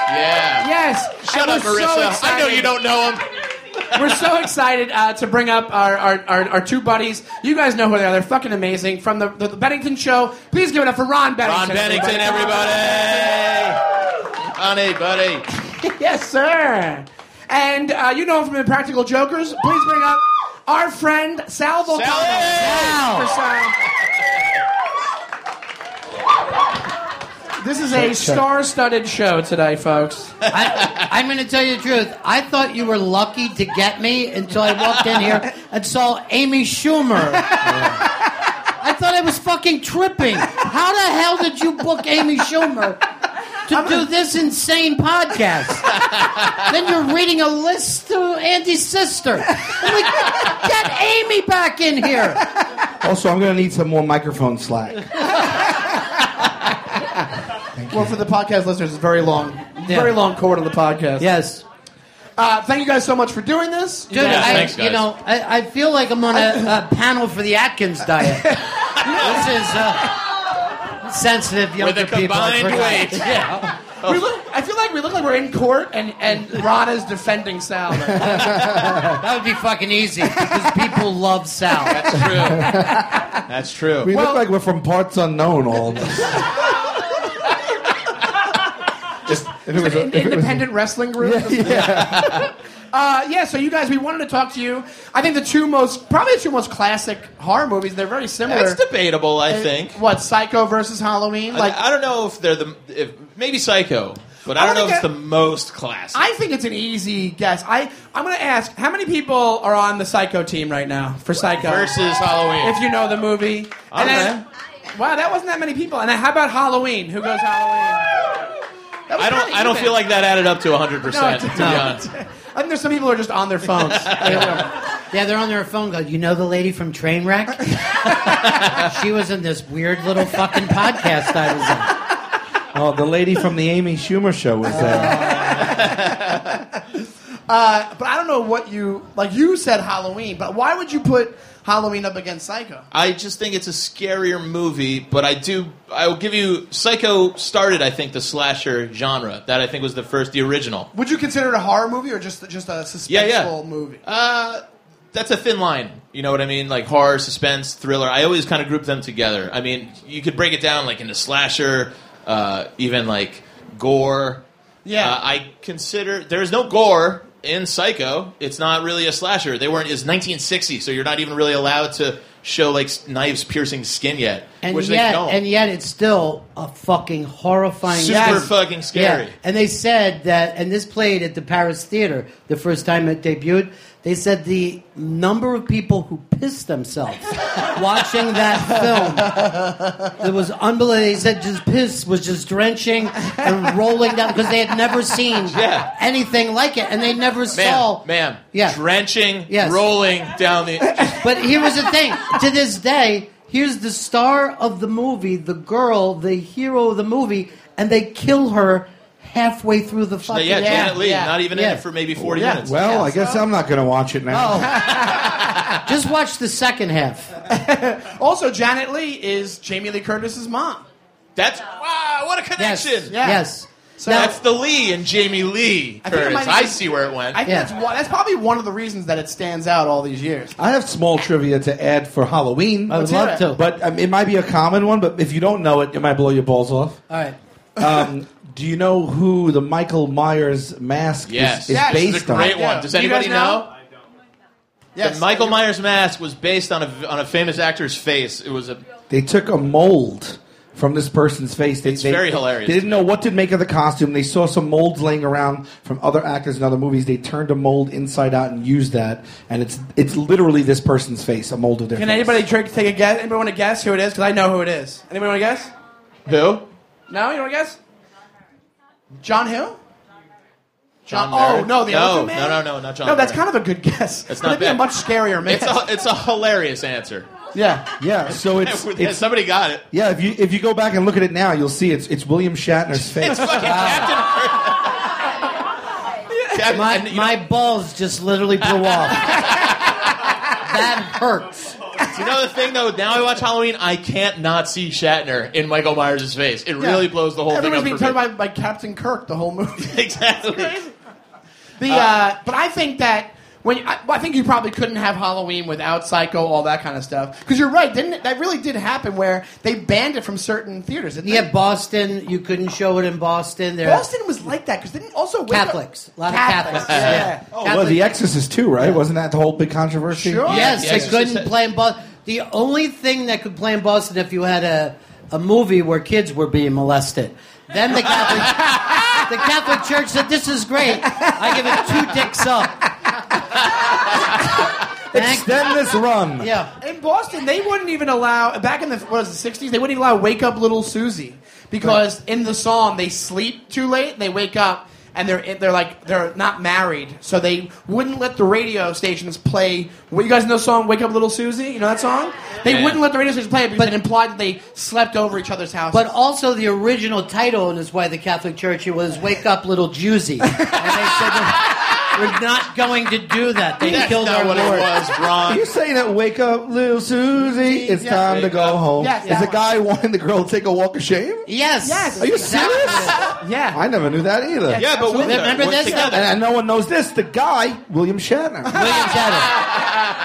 S1: Yeah.
S2: Yes,
S1: Shut
S2: and
S1: up,
S2: we're so
S1: Marissa. I know
S2: excited.
S1: you don't know him.
S2: We're so excited uh, to bring up our, our, our, our two buddies. You guys know who they are. They're fucking amazing from the, the, Bennington show. Please give it up for Ron Bennington.
S1: Ron Bennington, everybody. Honey, buddy.
S2: Yes, sir. And uh, you know him from Impractical Jokers. Please bring up our friend Sal Volcano.
S1: Sal!
S2: For Sal. This is a star-studded show today, folks.
S6: I, am going to tell you the truth. I thought you were lucky to get me until I walked in here and saw Amy Schumer. I thought I was fucking tripping. How the hell did you book Amy Schumer to do this insane podcast? then you're reading a list to Andy's sister. I'm like, get Amy back in here.
S7: Also, I'm going to need some more microphone slack.
S2: Well, for the podcast listeners, it's very long, very long cord of the podcast.
S6: Yes.
S2: Uh, thank you guys so much for doing this.
S6: Dude,
S1: Yeah,
S6: I,
S1: thanks, guys.
S6: you know, I, I feel like I'm on a, a panel for the Atkins
S1: [laughs]
S6: diet. this is uh, sensitive younger
S1: With a
S6: people. I
S1: combined
S6: forgot.
S1: weight.
S6: Yeah.
S2: We look, I feel like we look like we're in court, and and Ron is defending
S1: [laughs]
S2: Sal.
S6: That would be fucking easy because people love Sal.
S1: That's true.
S2: [laughs]
S1: That's true.
S7: We
S2: Well-
S7: look like we're from parts unknown, all of us. Just if it was a-
S2: An
S7: if it was a-
S2: independent wrestling group.
S7: yeah.
S2: Uh, yeah, so you guys, we wanted to talk to you. I think the two most, probably the two most classic horror movies. They're very similar.
S1: That's debatable, I think.
S2: What Psycho versus Halloween? Like,
S1: I, I don't know if they're the if, maybe Psycho, but I
S2: I
S1: don't know if
S2: think
S1: it's
S2: I-
S1: the most classic.
S2: I think it's an easy guess. I I'm gonna ask how many people are on the Psycho team right now for Psycho
S1: versus Halloween.
S2: if you know the movie.
S1: All
S2: And then- wow, that wasn't that many people. And then how about Halloween? Who goes Halloween? That was
S1: I don't
S2: kinda
S1: I don't
S2: even.
S1: feel like that added up to 100 percent.
S2: No,
S1: To
S2: it
S1: be honest,
S2: I think there's some people who are just on their
S1: [laughs]
S2: phones.
S6: Yeah, they're on their phone going, You know the lady
S1: [laughs]
S6: from Trainwreck? she was in this weird little fucking podcast I was on.
S7: Oh, the lady from the Amy Schumer show was there.
S2: but I don't know what you like. You said Halloween, but why would you put Halloween up against Psycho?
S1: I just think it's a scarier movie. But I do I will give you Psycho started I think the slasher genre that I think was the first the original.
S2: Would you consider it a horror movie or just just a suspenseful
S1: Yeah, yeah.
S2: movie?
S1: Uh, that's a thin line. You know what I mean? Like horror, suspense, thriller. I always kind of group them together. I mean, you could break it down like into slasher, uh, even like gore.
S2: Yeah.
S1: Uh, I consider there is no gore in Psycho. It's not really a slasher. They weren't. It's 1960, so you're not even really allowed to show like s- knives piercing skin yet,
S6: And
S1: which
S6: yet,
S1: they don't.
S6: and yet, it's still a fucking horrifying.
S1: Super
S6: movie.
S1: fucking scary.
S6: Yeah. And they said that, and this played at the Paris Theater the first time it debuted. They said the number of people who
S1: [laughs]
S6: pissed themselves watching that film. It was unbelievable. They said just piss was just drenching and rolling down because they had never seen
S1: Yeah.
S6: anything like it, and they never
S1: ma'am,
S6: saw.
S1: ma'am,
S6: yeah,
S1: drenching,
S6: Yes.
S1: rolling down the.
S6: but here was the thing. To this day, here's the star of the movie, the girl, the hero of the movie, and they kill her halfway through the fucking.
S1: yeah, Janet Lee,
S6: yeah,
S1: not even
S6: yeah.
S1: in it for maybe forty
S6: Yeah.
S1: minutes.
S7: [laughs] Well, I guess I'm not going to watch it now.
S6: Oh. Just watch the second half.
S2: Also, Janet Lee is Jamie Lee Curtis's mom.
S1: That's wow, what a
S6: Yes.
S1: connection.
S6: Yes.
S2: So
S6: Now-
S1: That's the Lee and Jamie Lee
S2: I think it
S1: Curtis.
S2: might
S1: I
S2: be-
S1: see where it went.
S2: I think
S6: Yeah.
S2: that's, one, that's probably one of the reasons that it stands out all these years.
S7: I have small trivia to add for Halloween.
S6: I would
S2: hear
S6: love
S2: it.
S6: to.
S7: But um, it might be a common one, but if you don't know it, it might blow your balls off.
S6: All right.
S7: Um, do you know who the Michael Myers mask
S1: yes,
S7: is, is
S2: Yes,
S7: based
S1: this is a great one.
S7: on?
S2: Yeah.
S1: Does
S2: Do you
S1: anybody
S2: guys know?
S1: know? The Michael Myers mask was based on a on a famous actor's face. It was a
S7: They took a mold from this person's face. They,
S1: It's
S7: they-
S1: very hilarious.
S7: They didn't know what to make of the costume. They saw some molds laying around from other actors in other movies. They turned a mold inside out and used that, and it's it's literally this person's face, a mold of their
S2: Can
S7: face.
S2: anybody trick, take a guess? Anybody want to guess who it is? Because I know who it is. Anybody want to guess?
S1: who?
S2: No, you want to guess? John who? John.
S1: Merritt?
S2: oh no, the
S1: no,
S2: other man.
S1: No, no, no, not John.
S2: No, that's
S1: Merritt.
S2: kind of a good guess.
S1: That's
S2: But
S1: not
S2: it'd be a
S1: bad.
S2: much scarier man.
S1: It's a it's a hilarious answer.
S2: yeah.
S1: [laughs]
S7: Yeah, so it's, it's
S1: Somebody got it.
S7: yeah. If you if you go back and look at it now, you'll see it's it's William Shatner's
S1: [laughs]
S7: face.
S1: It's fucking Captain. Captain and,
S6: My,
S1: you
S6: my balls just
S1: [laughs]
S6: literally blew off. that hurts.
S1: You know the thing though. Now I watch Halloween. I can't not see Shatner in Michael Myers' face. It really blows the whole
S2: Everyone's
S1: thing up.
S2: being turned
S1: for me.
S2: by, by Captain Kirk the whole
S1: [laughs]
S2: movie.
S1: exactly.
S2: The uh, but I think that when I, well, I think you probably couldn't have Halloween without Psycho, all that kind of stuff. Because you're right, didn't it? That really did happen where they banned it from certain theaters. didn't
S6: Yeah,
S2: they?
S6: Boston. You couldn't show it in Boston. There.
S2: Boston was like that because didn't also wake up-
S6: Catholics. A lot of Catholics. Yeah.
S2: Oh,
S7: Well, The Exorcist too, right? Wasn't that the whole big controversy?
S2: Sure.
S6: Yes,
S1: Yeah,
S6: they
S1: yeah.
S6: couldn't play in Boston. The only thing that could play in Boston if you had a, a movie where kids were being molested. Then the Catholic the Catholic Church said, "This is great. I give it two dicks up." Thank-
S7: Extend
S1: [laughs]
S7: this run.
S6: yeah.
S2: In Boston, they wouldn't even allow back in the what was the '60s. They wouldn't even allow "Wake Up, Little Susie" because in the song they sleep too late and they wake up and they're they're like they're not married, so they wouldn't let the radio stations play. What you guys know the song "Wake Up, Little Susie"? You know that song? They
S1: Yeah.
S2: wouldn't let the radio stations play it because it
S6: But-
S2: implied that they slept over each other's house.
S6: But also the original title is why the Catholic Church it was "Wake Up, Little Juicy," and they said, "We're not going to do that." They
S1: That's
S6: killed
S1: not
S6: our
S1: what
S6: Lord.
S1: it was, Ron.
S7: You say that wake up, little Susie, it's
S2: Yeah.
S7: time to
S1: Wake
S7: go
S1: up.
S7: home.
S2: Yes,
S7: Is
S2: that
S7: the
S2: one.
S7: guy wanting the girl to take a walk of shame?
S6: Yes.
S2: Yes.
S7: Are you
S6: Exactly.
S7: serious?
S2: yeah,
S7: I never knew that either.
S1: yeah, but
S2: Absolutely.
S1: with her,
S6: Remember
S1: we're
S6: this?
S1: together.
S7: And, and no one knows this. The guy, William Shatner.
S6: William Shatner.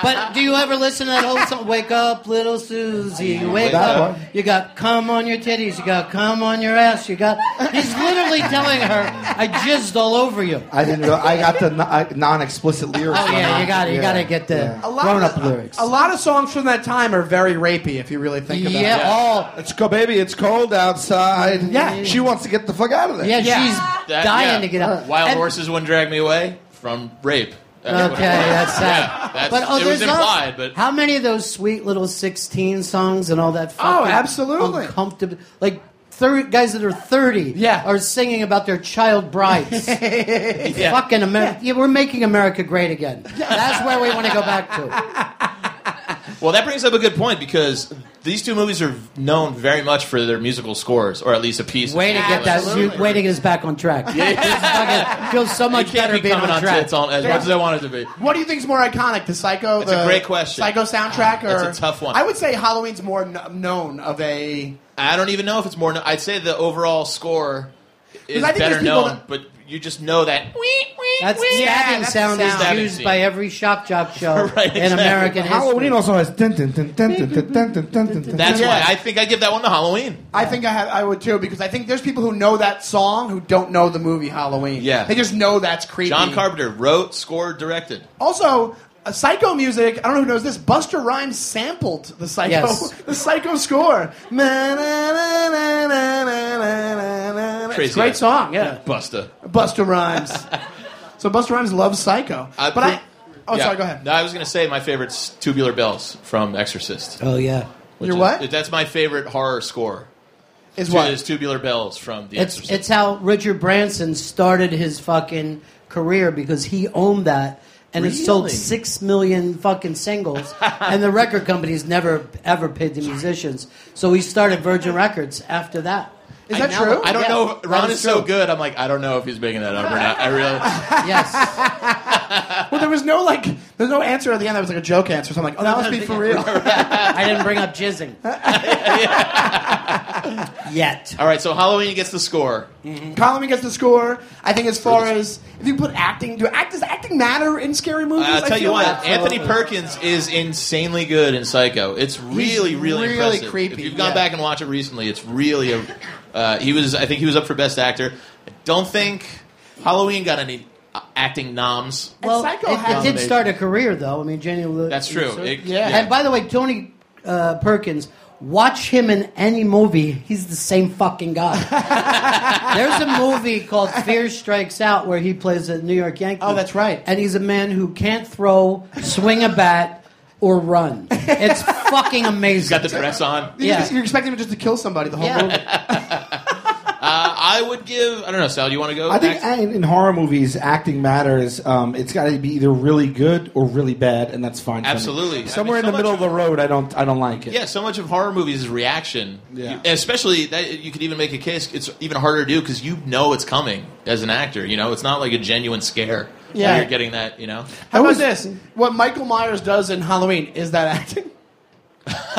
S6: But do you ever listen to that whole song? Wake up, little Susie, wake
S7: That
S6: up.
S7: one.
S6: You got cum on your titties. You got cum on your ass. You got. He's literally telling her, "I jizzed all over you."
S7: I didn't. Know, I got the no- I- non-explicit lyrics.
S6: Oh yeah, you got to You got to get the
S7: Yeah.
S2: A lot
S6: grown-up
S2: of the-
S6: lyrics.
S2: A lot of songs from that time are very rapey if you really think about
S6: yeah,
S2: it.
S6: all.
S7: Oh, It's go, baby. It's cold outside.
S2: Yeah.
S7: she wants to get the fuck out of there.
S6: Yeah,
S2: Yeah.
S6: she's
S1: That-
S6: dying
S1: yeah.
S6: to get out.
S1: Wild
S6: And-
S1: horses wouldn't drag me away from rape. That's what it
S6: Okay,
S1: was.
S6: that's sad.
S1: Yeah, that's,
S6: but oh,
S1: it was
S6: there's all-
S1: implied, but
S6: how many of those sweet little sixteen songs and all that?
S2: Oh,
S6: fucking
S2: absolutely.
S6: uncomfortable. Like thir guys that are thirty,
S2: Yeah.
S6: are singing about their child brides.
S1: [laughs] yeah.
S6: Fucking America! Yeah. we're making America great again. That's where we want to go back
S1: [laughs]
S6: to.
S1: Well, that brings up a good point because these two movies are known very much for their musical scores, or at least a piece.
S6: Way to get that. You,
S1: Absolutely.
S6: way to get us back on track.
S1: [laughs]
S6: This fucking feels so
S1: You
S6: much
S1: can't
S6: better
S1: be
S6: being
S1: coming
S6: on
S1: on
S6: track.
S1: tits on as much as I want it to be.
S2: What do you think is more iconic, the Psycho?
S1: That's
S2: the
S1: a great question.
S2: Psycho soundtrack, or
S1: That's a tough one.
S2: I would say Halloween's more kn- known of a.
S1: I don't even know if it's more. kno- I'd say the overall score is
S2: I think
S1: better
S2: there's people
S1: known,
S2: that-
S1: but you just know
S6: [laughs]
S1: that.
S6: That's
S2: Yeah,
S6: stabbing
S2: that's
S6: sound
S2: the
S6: is
S2: sound.
S6: used
S1: Stabbing
S6: by every shop job show
S1: [laughs] Right,
S6: in
S1: exactly.
S6: American history.
S7: Halloween also has. Dun, dun, dun, dun, dun, dun, dun, dun, dun, dun,
S1: That's
S7: dun.
S1: why I think I give that one to Halloween.
S2: I think I have, I would too because I think there's people who know that song who don't know the movie Halloween.
S1: Yeah.
S6: [laughs]
S2: they just know that's creepy.
S1: John Carpenter wrote, scored, directed.
S2: Also, uh, psycho music. I don't know who knows this. Buster Rhymes sampled the psycho
S6: Yes.
S2: [laughs] the psycho score. Na, na, na, na, na, na, na, na, na. It's a
S1: Crazy.
S2: great song. Yeah,
S1: Busta.
S2: Buster Rhymes.
S1: [laughs]
S2: so Buster Rhymes loves Psycho.
S1: I
S2: but
S1: pre-
S2: I. Oh,
S1: Yeah.
S2: sorry. Go ahead.
S1: No, I was going to say my favorite's Tubular Bells from Exorcist.
S6: Oh yeah.
S1: which
S2: Your
S1: is-
S2: what?
S1: That's my favorite horror score.
S2: Is
S1: Two-
S2: what?
S1: is Tubular Bells from The
S6: It's
S1: Exorcist.
S6: it's how Richard Branson started his fucking career because he owned that and it sold
S1: Really?
S6: six million fucking singles and the record companies never ever paid the musicians. So he started Virgin Records after that.
S2: Is
S6: And
S2: that
S6: now-
S2: true?
S1: I don't
S6: Yeah,
S1: know. Ron
S6: that
S1: is so
S6: true.
S1: good. I'm like, I don't know if he's making that up or not. I
S2: [laughs]
S1: really.
S6: Yes.
S2: Well, there was no like. There's no answer at the end. That was like a joke answer. So I'm like, oh, that must be for real.
S6: I didn't bring up jizzing. Yet.
S1: All right, so Halloween gets the score.
S2: Colin gets the score. I think as far as if you put acting, do act does acting matter in scary movies?
S1: I'll
S2: I
S1: Uh, tell you
S2: feel
S1: what,
S2: like-
S1: Anthony Perkins is insanely good in Psycho. It's really, really,
S2: really
S1: impressive.
S2: creepy,
S1: If you've gone
S2: yeah.
S1: back and watched it recently, it's really a. Uh, he was, I think, he was up for Best Actor. I don't think Halloween got any uh, acting noms.
S2: And Psycho
S6: it, it
S2: had-
S6: did start a career, though. I mean, Jenny. Lu-
S1: That's true.
S6: Lu-
S1: It-
S6: yeah.
S1: yeah.
S6: And by the way, Tony uh, Perkins. Watch him in any movie; he's the same fucking
S2: [laughs]
S6: guy. There's a movie called Fear Strikes Out where he plays a New York Yankee.
S2: Oh, that's right.
S6: And he's a man who can't throw, swing a bat, or run. It's fucking amazing.
S1: He's got [laughs] the dress on.
S2: You
S6: yeah.
S2: just- you're expecting him just to kill somebody the whole
S6: Yeah.
S2: movie.
S1: Uh, I would give. I don't know, Sal. Do you want to go?
S7: I think
S1: next?
S7: in, in horror movies, acting matters. Um, it's got to be either really good or really bad, and that's fine. for me.
S1: Absolutely. I mean,
S7: Somewhere
S1: so
S7: in the middle
S1: much-
S7: of the road, I don't, I don't like it.
S1: Yeah, so much of horror movies is reaction.
S7: Yeah.
S1: You- especially that you could even make a case. It's even harder to do because you know it's coming as an actor. You know, it's not like a genuine scare. when
S2: Yeah.
S1: you're getting that. You know,
S2: How
S7: was-
S2: about this? What Michael Myers does in Halloween is that acting?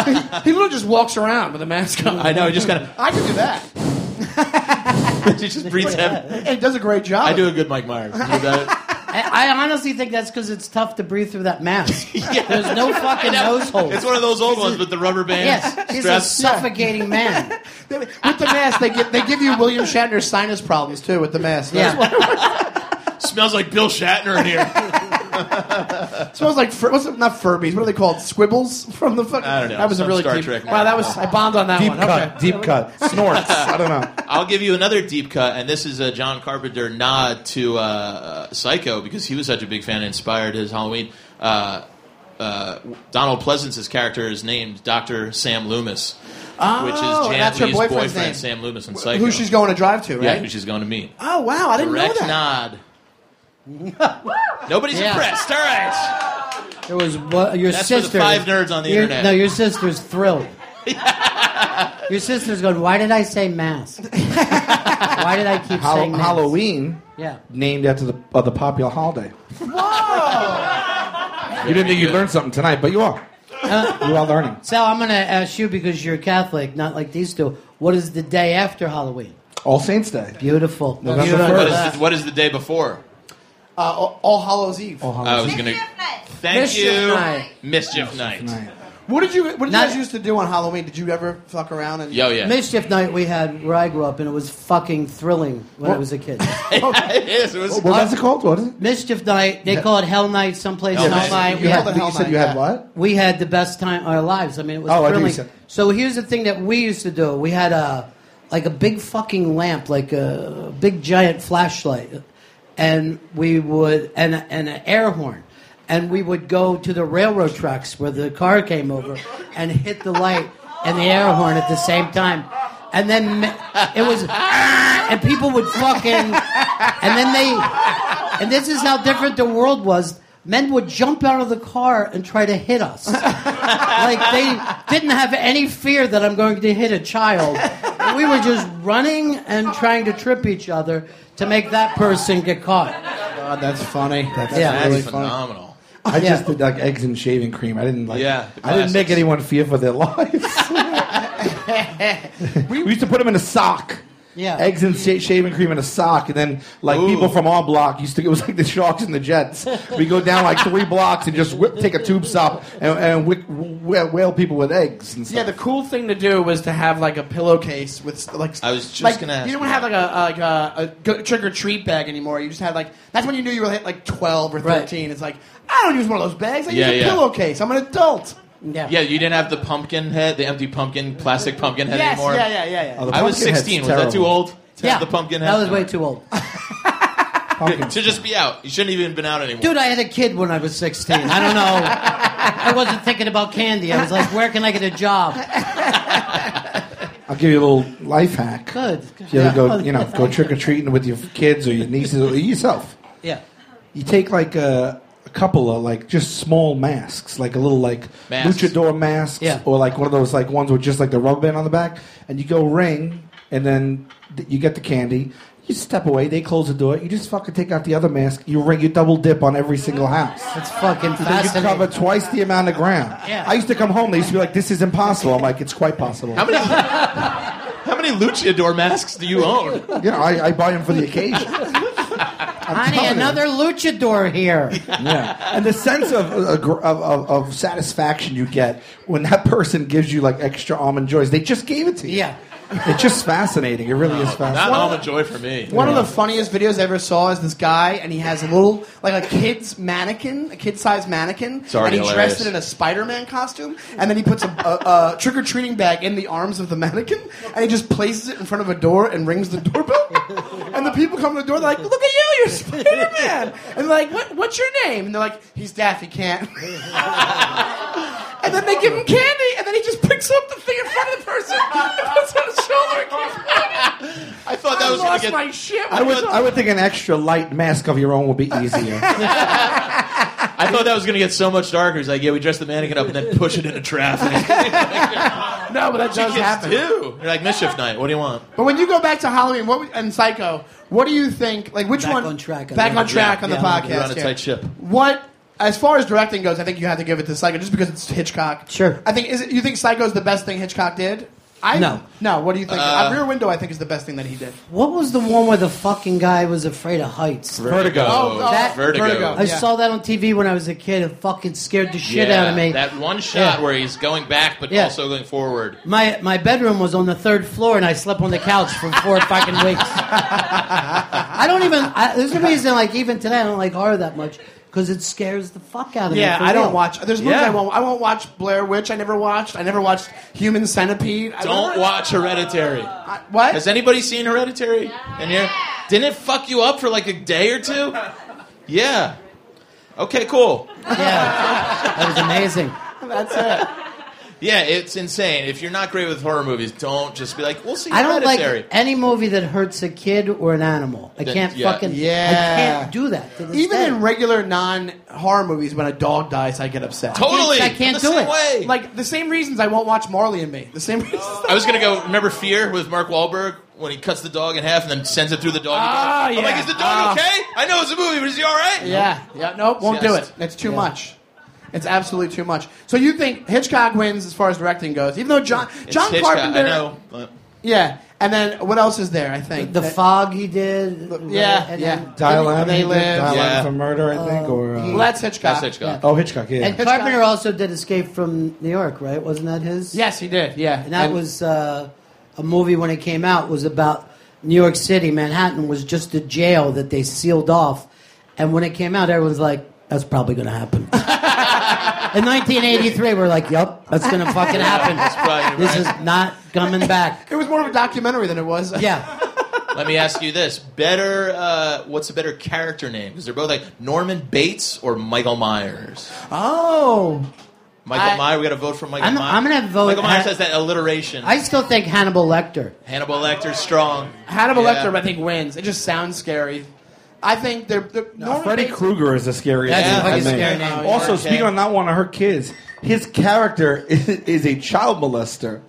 S2: he, he literally just walks around with a mask on.
S1: I know. Just kind [laughs]
S2: I could do that.
S1: of just breathes heavy.
S2: And he does a great job.
S1: I do a good Mike Myers. You do that?
S6: I, I honestly think that's because it's tough to breathe through that mask. There's no fucking nose hole.
S1: It's one of those old ones with the rubber band.
S6: Yes, he's a
S1: straps.
S6: suffocating man.
S2: They- with the mask. They give, they give you William Shatner sinus problems too with the mask. That's
S6: Yeah.
S1: Smells like Bill Shatner
S2: [laughs]
S1: in here.
S2: It smells like Fur- what's it, not Furbies? What are they called? Squibbles from the fucking.
S1: I don't know.
S2: That was
S1: Some
S2: a really
S1: Star
S2: deep.
S1: Trek
S2: wow, that was I bombed on that
S7: Deep
S2: one.
S7: cut,
S2: Okay.
S7: deep cut, snorts. I don't know.
S1: I'll give you another deep cut, and this is a John Carpenter nod to uh, Psycho because he was such a big fan and inspired his Halloween. Uh, uh, Donald Pleasance's character is named Dr. Sam Loomis, which
S2: Oh,
S1: is Jan
S2: that's her
S1: Lee's
S2: boyfriend's name.
S1: boyfriend, Sam Loomis, in Psycho.
S2: Who she's going to drive to, right?
S1: Yeah, who she's going to meet.
S2: oh wow, I didn't
S1: Direct
S2: know that.
S1: nod.
S2: [laughs]
S1: Nobody's
S6: Yeah.
S1: impressed. All right.
S6: There was one, your
S1: That's for the
S6: sister.
S1: five nerds on the
S6: your-
S1: internet.
S6: No, your
S1: [laughs]
S6: sister's thrilled. your sister's going. Why did I
S1: [laughs]
S6: say mask? Why did I keep
S7: Hall-
S6: saying mask?
S7: Halloween,
S6: Yeah.
S7: named after the uh, the popular holiday. you didn't think you'd learn something tonight, but you are. you are learning.
S6: Sal, I'm going to ask you because you're Catholic, not like these two. What is the day after Halloween?
S7: All Saints Day.
S6: Beautiful.
S7: November
S6: Beautiful.
S1: What
S7: first.
S1: is, the, what is the day before?
S2: Uh, All- All Hallows Eve.
S7: All
S1: I
S7: Hallows
S1: was going to. Thank
S6: Mischief
S1: you.
S6: night.
S1: Mischief night.
S7: night.
S2: What did you What did you
S6: Not-
S2: guys used to do on Halloween? Did you ever fuck around and?
S1: Yo, yeah.
S6: Mischief night we had where I grew up, and it was fucking thrilling when I
S7: What?
S6: was a kid.
S1: it is. [laughs] It
S2: Oh,
S1: was
S7: What was it called? What is it?
S6: Mischief night, they call it Hell night someplace.
S1: Hell
S6: Hell,
S1: Night.
S6: night.
S7: You,
S6: We
S2: Yeah.
S7: had,
S2: called
S6: had
S2: it
S7: you
S2: Hell
S7: said you
S2: Night,
S7: had
S2: yeah.
S7: what?
S6: we had the best time of our lives. I mean, it was
S7: Oh, I
S6: oh,
S7: knew you
S6: thrilling.
S7: said-
S6: So here's the thing that we used to do. We had a like a big fucking lamp, like a big giant flashlight, and we would and a- and an air horn, and we would go to the railroad tracks where the car came over and hit the light and the air horn at the same time. And then ma- it was, and people would fucking, and then they, and this is how different the world was. Men would jump out of the car and try to hit us. like they didn't have any fear that I'm going to hit a child. We were just running and trying to trip each other to make that person get caught.
S2: God, that's funny.
S7: That's
S6: Yeah.
S1: That's
S7: really funny.
S1: phenomenal.
S7: I
S6: Yeah.
S7: just did like eggs and shaving cream. I didn't like.
S1: Yeah, the
S7: I didn't make
S1: classics.
S6: [laughs]
S7: [laughs] anyone fear for their lives. we used to put them in a sock.
S6: Yeah.
S7: eggs and sh- shaving cream in a sock, and then like
S1: Ooh.
S7: people from our block used to. It was like the Sharks and the Jets. We go down like three blocks and just whip, take a tube stop and, and wick, wh- whale people with eggs and stuff.
S2: Yeah, the cool thing to do was to have like a pillowcase with like.
S1: I was just
S2: like,
S1: gonna ask
S2: You don't have like a like a, a trick or treat bag anymore. You just had like that's when you knew you were hit like twelve or
S6: Right.
S2: thirteen. It's like I don't use one of those bags. I
S1: Yeah,
S2: use a
S1: yeah.
S2: pillowcase. I'm an adult.
S6: Yeah.
S1: Yeah, you didn't have the pumpkin head, the empty pumpkin, plastic pumpkin head
S2: yes.
S1: anymore.
S2: Yeah. Yeah. Yeah. Yeah.
S7: Oh, the
S1: I was
S7: pumpkin head's
S1: 16. Was that too
S7: terrible.
S1: old? To
S6: Yeah.
S1: have the pumpkin head.
S6: That was way too old.
S7: Pumpkin.
S1: to just be out. You shouldn't even been out anymore.
S6: Dude, I had a kid when I was 16. I don't know. I wasn't thinking about candy. I was like, where can I get a job?
S7: I'll give you a little life hack.
S6: Good.
S7: You
S6: Yeah. Oh,
S7: ever go, you
S6: [laughs]
S7: know, go trick or treating with your kids or your nieces or yourself.
S6: Yeah.
S7: You take like a, a couple of like just small masks, like a little like
S1: Masks.
S7: luchador masks,
S6: Yeah.
S7: or like one of those like ones with just like the rubber band on the back, and you go ring, and then th- you get the candy. You step away, they close the door. You just fucking take out the other mask. You ring, you double dip on every single house.
S6: It's fucking
S7: So you cover
S6: fascinating.
S7: twice the amount of ground.
S6: Yeah.
S7: I used to come home. They used to be like, "This is impossible." I'm like, "It's quite possible."
S1: How many? how many luchador masks do you own?
S7: You know, I, I buy them for the
S6: [laughs]
S7: occasion.
S6: Honey,
S7: telling you.
S6: another luchador here.
S7: Yeah, and the sense of, uh, of, of, of satisfaction you get when that person gives you like extra almond joys. They just gave it to you.
S6: Yeah.
S7: it's just fascinating. It really is
S1: Not
S7: fascinating.
S1: all the joy for me.
S2: One of the funniest videos I ever saw is this guy, and he has a little, like a kid's mannequin, a kid-sized mannequin, and
S1: already
S2: he dressed it
S1: hilarious.
S2: in a Spider-Man costume, and then he puts a, a, a trick-or-treating bag in the arms of the mannequin, and he just places it in front of a door and rings the
S1: [laughs]
S2: doorbell, and the people come to the door, they're like, "Look at you, you're Spider-Man," and they're like, what, "What's your name?" And they're like, "He's Daffy
S1: [laughs]
S2: Can't." And then they give him candy, and then he just picks up the thing in front of the person and puts it on his shoulder and keeps running.
S1: I thought that
S2: I
S1: was gonna
S2: lost
S1: get.
S2: my shit.
S7: I would, I would think an extra light mask of your own would be easier.
S1: I thought that was gonna get so much darker. He's like, yeah, we dress the mannequin up and then push it into traffic.
S2: No, but that does
S1: Kids
S2: happen.
S1: too. You're like mischief night. What do you want?
S2: But when you go back to Halloween what, would- and Psycho, what do you think? Like which
S6: Back
S2: one?
S6: on track, I
S2: Back
S6: think.
S2: on track
S6: Yeah,
S2: on
S6: yeah,
S2: the
S6: we're on
S2: podcast.
S1: You're on a
S2: here.
S1: tight ship.
S2: What? As far as directing goes, I think you have to give it to Psycho just because it's Hitchcock.
S6: Sure.
S2: I think is it, you think Psycho is the best thing Hitchcock did. I
S6: No.
S2: No. What do you think?
S1: Uh,
S2: Uh, Rear Window, I think, is the best thing that he did.
S6: What was the one where the fucking guy was afraid of heights?
S1: Vertigo.
S2: Oh, oh,
S6: That-
S1: vertigo.
S2: Vertigo.
S6: I
S2: Yeah.
S6: saw that on TV when I was a kid. It fucking scared the shit
S1: Yeah,
S6: out of me.
S1: That one shot
S6: Yeah.
S1: where he's going back but
S6: Yeah.
S1: also going forward.
S6: My my bedroom was on the third floor, and I slept on the couch for
S2: [laughs]
S6: four fucking weeks. I don't even. I, there's a reason, like even today, I don't like horror that much because it scares the fuck out of me.
S2: Yeah,
S6: for
S2: I don't
S6: real.
S2: watch. There's movies
S1: Yeah.
S2: I won't. I won't watch Blair Witch. I never watched. I never watched Human Centipede. I
S1: Don't
S2: never-
S1: watch Hereditary.
S2: I- what?
S1: Has anybody seen Hereditary? In here? Didn't it fuck you up for like a day or two? Yeah. Okay, cool.
S6: Yeah, that
S2: [laughs]
S6: was amazing.
S2: uh,
S1: Yeah, it's insane. If you're not great with horror movies, don't just be like, we'll see
S6: I don't
S1: Hereditary.
S6: like any movie that hurts a kid or an animal. I
S1: Then-
S6: can't
S1: yeah.
S6: fucking.
S2: Yeah.
S6: I can't do that. to this
S2: Even
S6: day.
S2: in regular non horror movies, when a dog dies, I get upset.
S1: totally.
S6: I can't
S1: the
S6: do
S1: same
S6: it.
S1: Way. Oh.
S2: Like the same reasons I won't watch Marley and Me. The same reasons.
S1: I was gonna go. Remember Fear with Mark Wahlberg when he cuts the dog in half and then sends it through the dog.
S2: Ah,
S1: I'm like,
S2: yeah.
S1: is the dog
S2: Ah.
S1: okay? I know it's a movie, but is he all right?
S2: [laughs] Yeah, yeah. Nope, won't do
S1: Yes.
S2: it. It's too much. It's absolutely too much. So you think Hitchcock wins as far as directing goes, even though John
S1: It's
S2: John
S1: Hitchcock,
S2: Carpenter.
S1: I know. But
S2: Yeah, and then what else is there? I think
S6: the
S2: That-
S6: fog he did.
S2: Yeah,
S6: and
S2: yeah.
S6: then-
S7: Dial M,
S2: They
S7: he did
S2: live.
S7: Dial
S1: Yeah.
S7: M for murder, I think, or uh,
S2: Well, that's Hitchcock.
S1: that's Hitchcock.
S7: oh Hitchcock, yeah.
S6: And Carpenter also did Escape from New York, right? Wasn't that his?
S2: Yes, he did. Yeah,
S6: and that was uh, a movie when it came out was about New York City, Manhattan was just a jail that they sealed off, and when it came out, everyone's like, "That's probably going to happen." [laughs] In 1983, we're like, "Yup, that's going to
S1: [laughs]
S6: fucking happen.
S1: Brian,
S6: This is
S1: Brian,
S6: not coming back."
S2: It was more of a documentary than it was.
S6: Yeah,
S1: Let me ask you this: Better, uh, what's a better character name? Because they're both like Norman Bates or Michael Myers.
S2: Oh.
S1: Michael
S2: I-
S1: Myers. We got to vote for Michael
S6: I'm-
S1: Myers.
S6: I'm gonna vote-
S1: Michael Myers
S6: I-
S1: has that alliteration.
S6: I still think Hannibal Lecter.
S1: Hannibal Lecter's strong.
S2: Hannibal
S1: Yeah.
S2: Lecter, I think, wins. It just sounds scary. I think they're. they're
S7: Uh,
S2: Norman
S7: Freddy
S2: Bates-
S7: Krueger is the scariest.
S6: That's
S7: name,
S6: fucking
S7: I think.
S6: scary name.
S7: Also,
S1: Okay.
S7: [laughs] speaking on not one of her kids, his character is, is a child molester.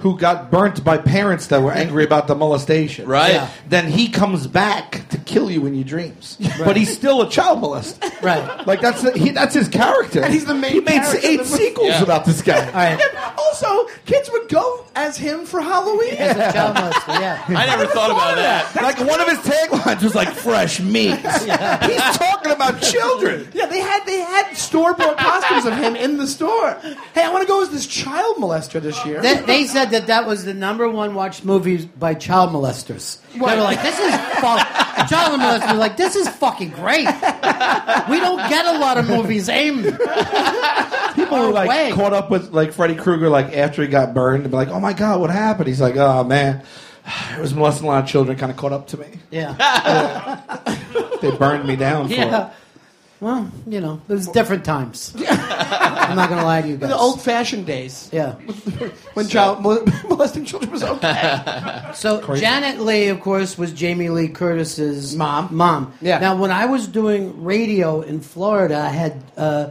S7: who got burnt by parents that were angry about the molestation.
S1: Right. Yeah.
S7: Then he comes back to kill you in your dreams. But he's still a child molester.
S6: Right.
S7: Like that's the, he, that's his character.
S2: And he's the main
S7: He made
S2: character
S7: eight
S2: of the-
S7: sequels
S1: Yeah.
S7: about this guy.
S6: right.
S2: Also, kids would go as him for Halloween.
S6: As a child molester, yeah.
S1: I never thought about that.
S7: like one of his taglines was like "fresh meat." He's talking about children.
S2: Yeah, they had they had store bought costumes of him in the store. Hey, I want to go as this child molester this year.
S6: They, they said that that was the number one watched movie by child molesters. They were like, this is fuck. Child molesters were like, this is fucking great. We don't get a lot of movies aimed.
S7: People were like
S6: way.
S7: caught up with like Freddy Krueger like after he got burned and be like, "Oh my god, what happened?" He's like, "Oh man, it was molesting a lot of children. Kind of caught up to me.
S6: Yeah.
S7: They burned me down." For
S6: Yeah. Well, you know, it was different times. I'm not going to lie to you guys.
S2: the old fashioned days
S6: yeah.
S2: when child mol- [laughs] molesting children was okay.
S6: So Janet Leigh, of course, was Jamie Lee Curtis's mom. Mom.
S2: Yeah.
S6: Now, when I was doing radio in Florida, I had uh,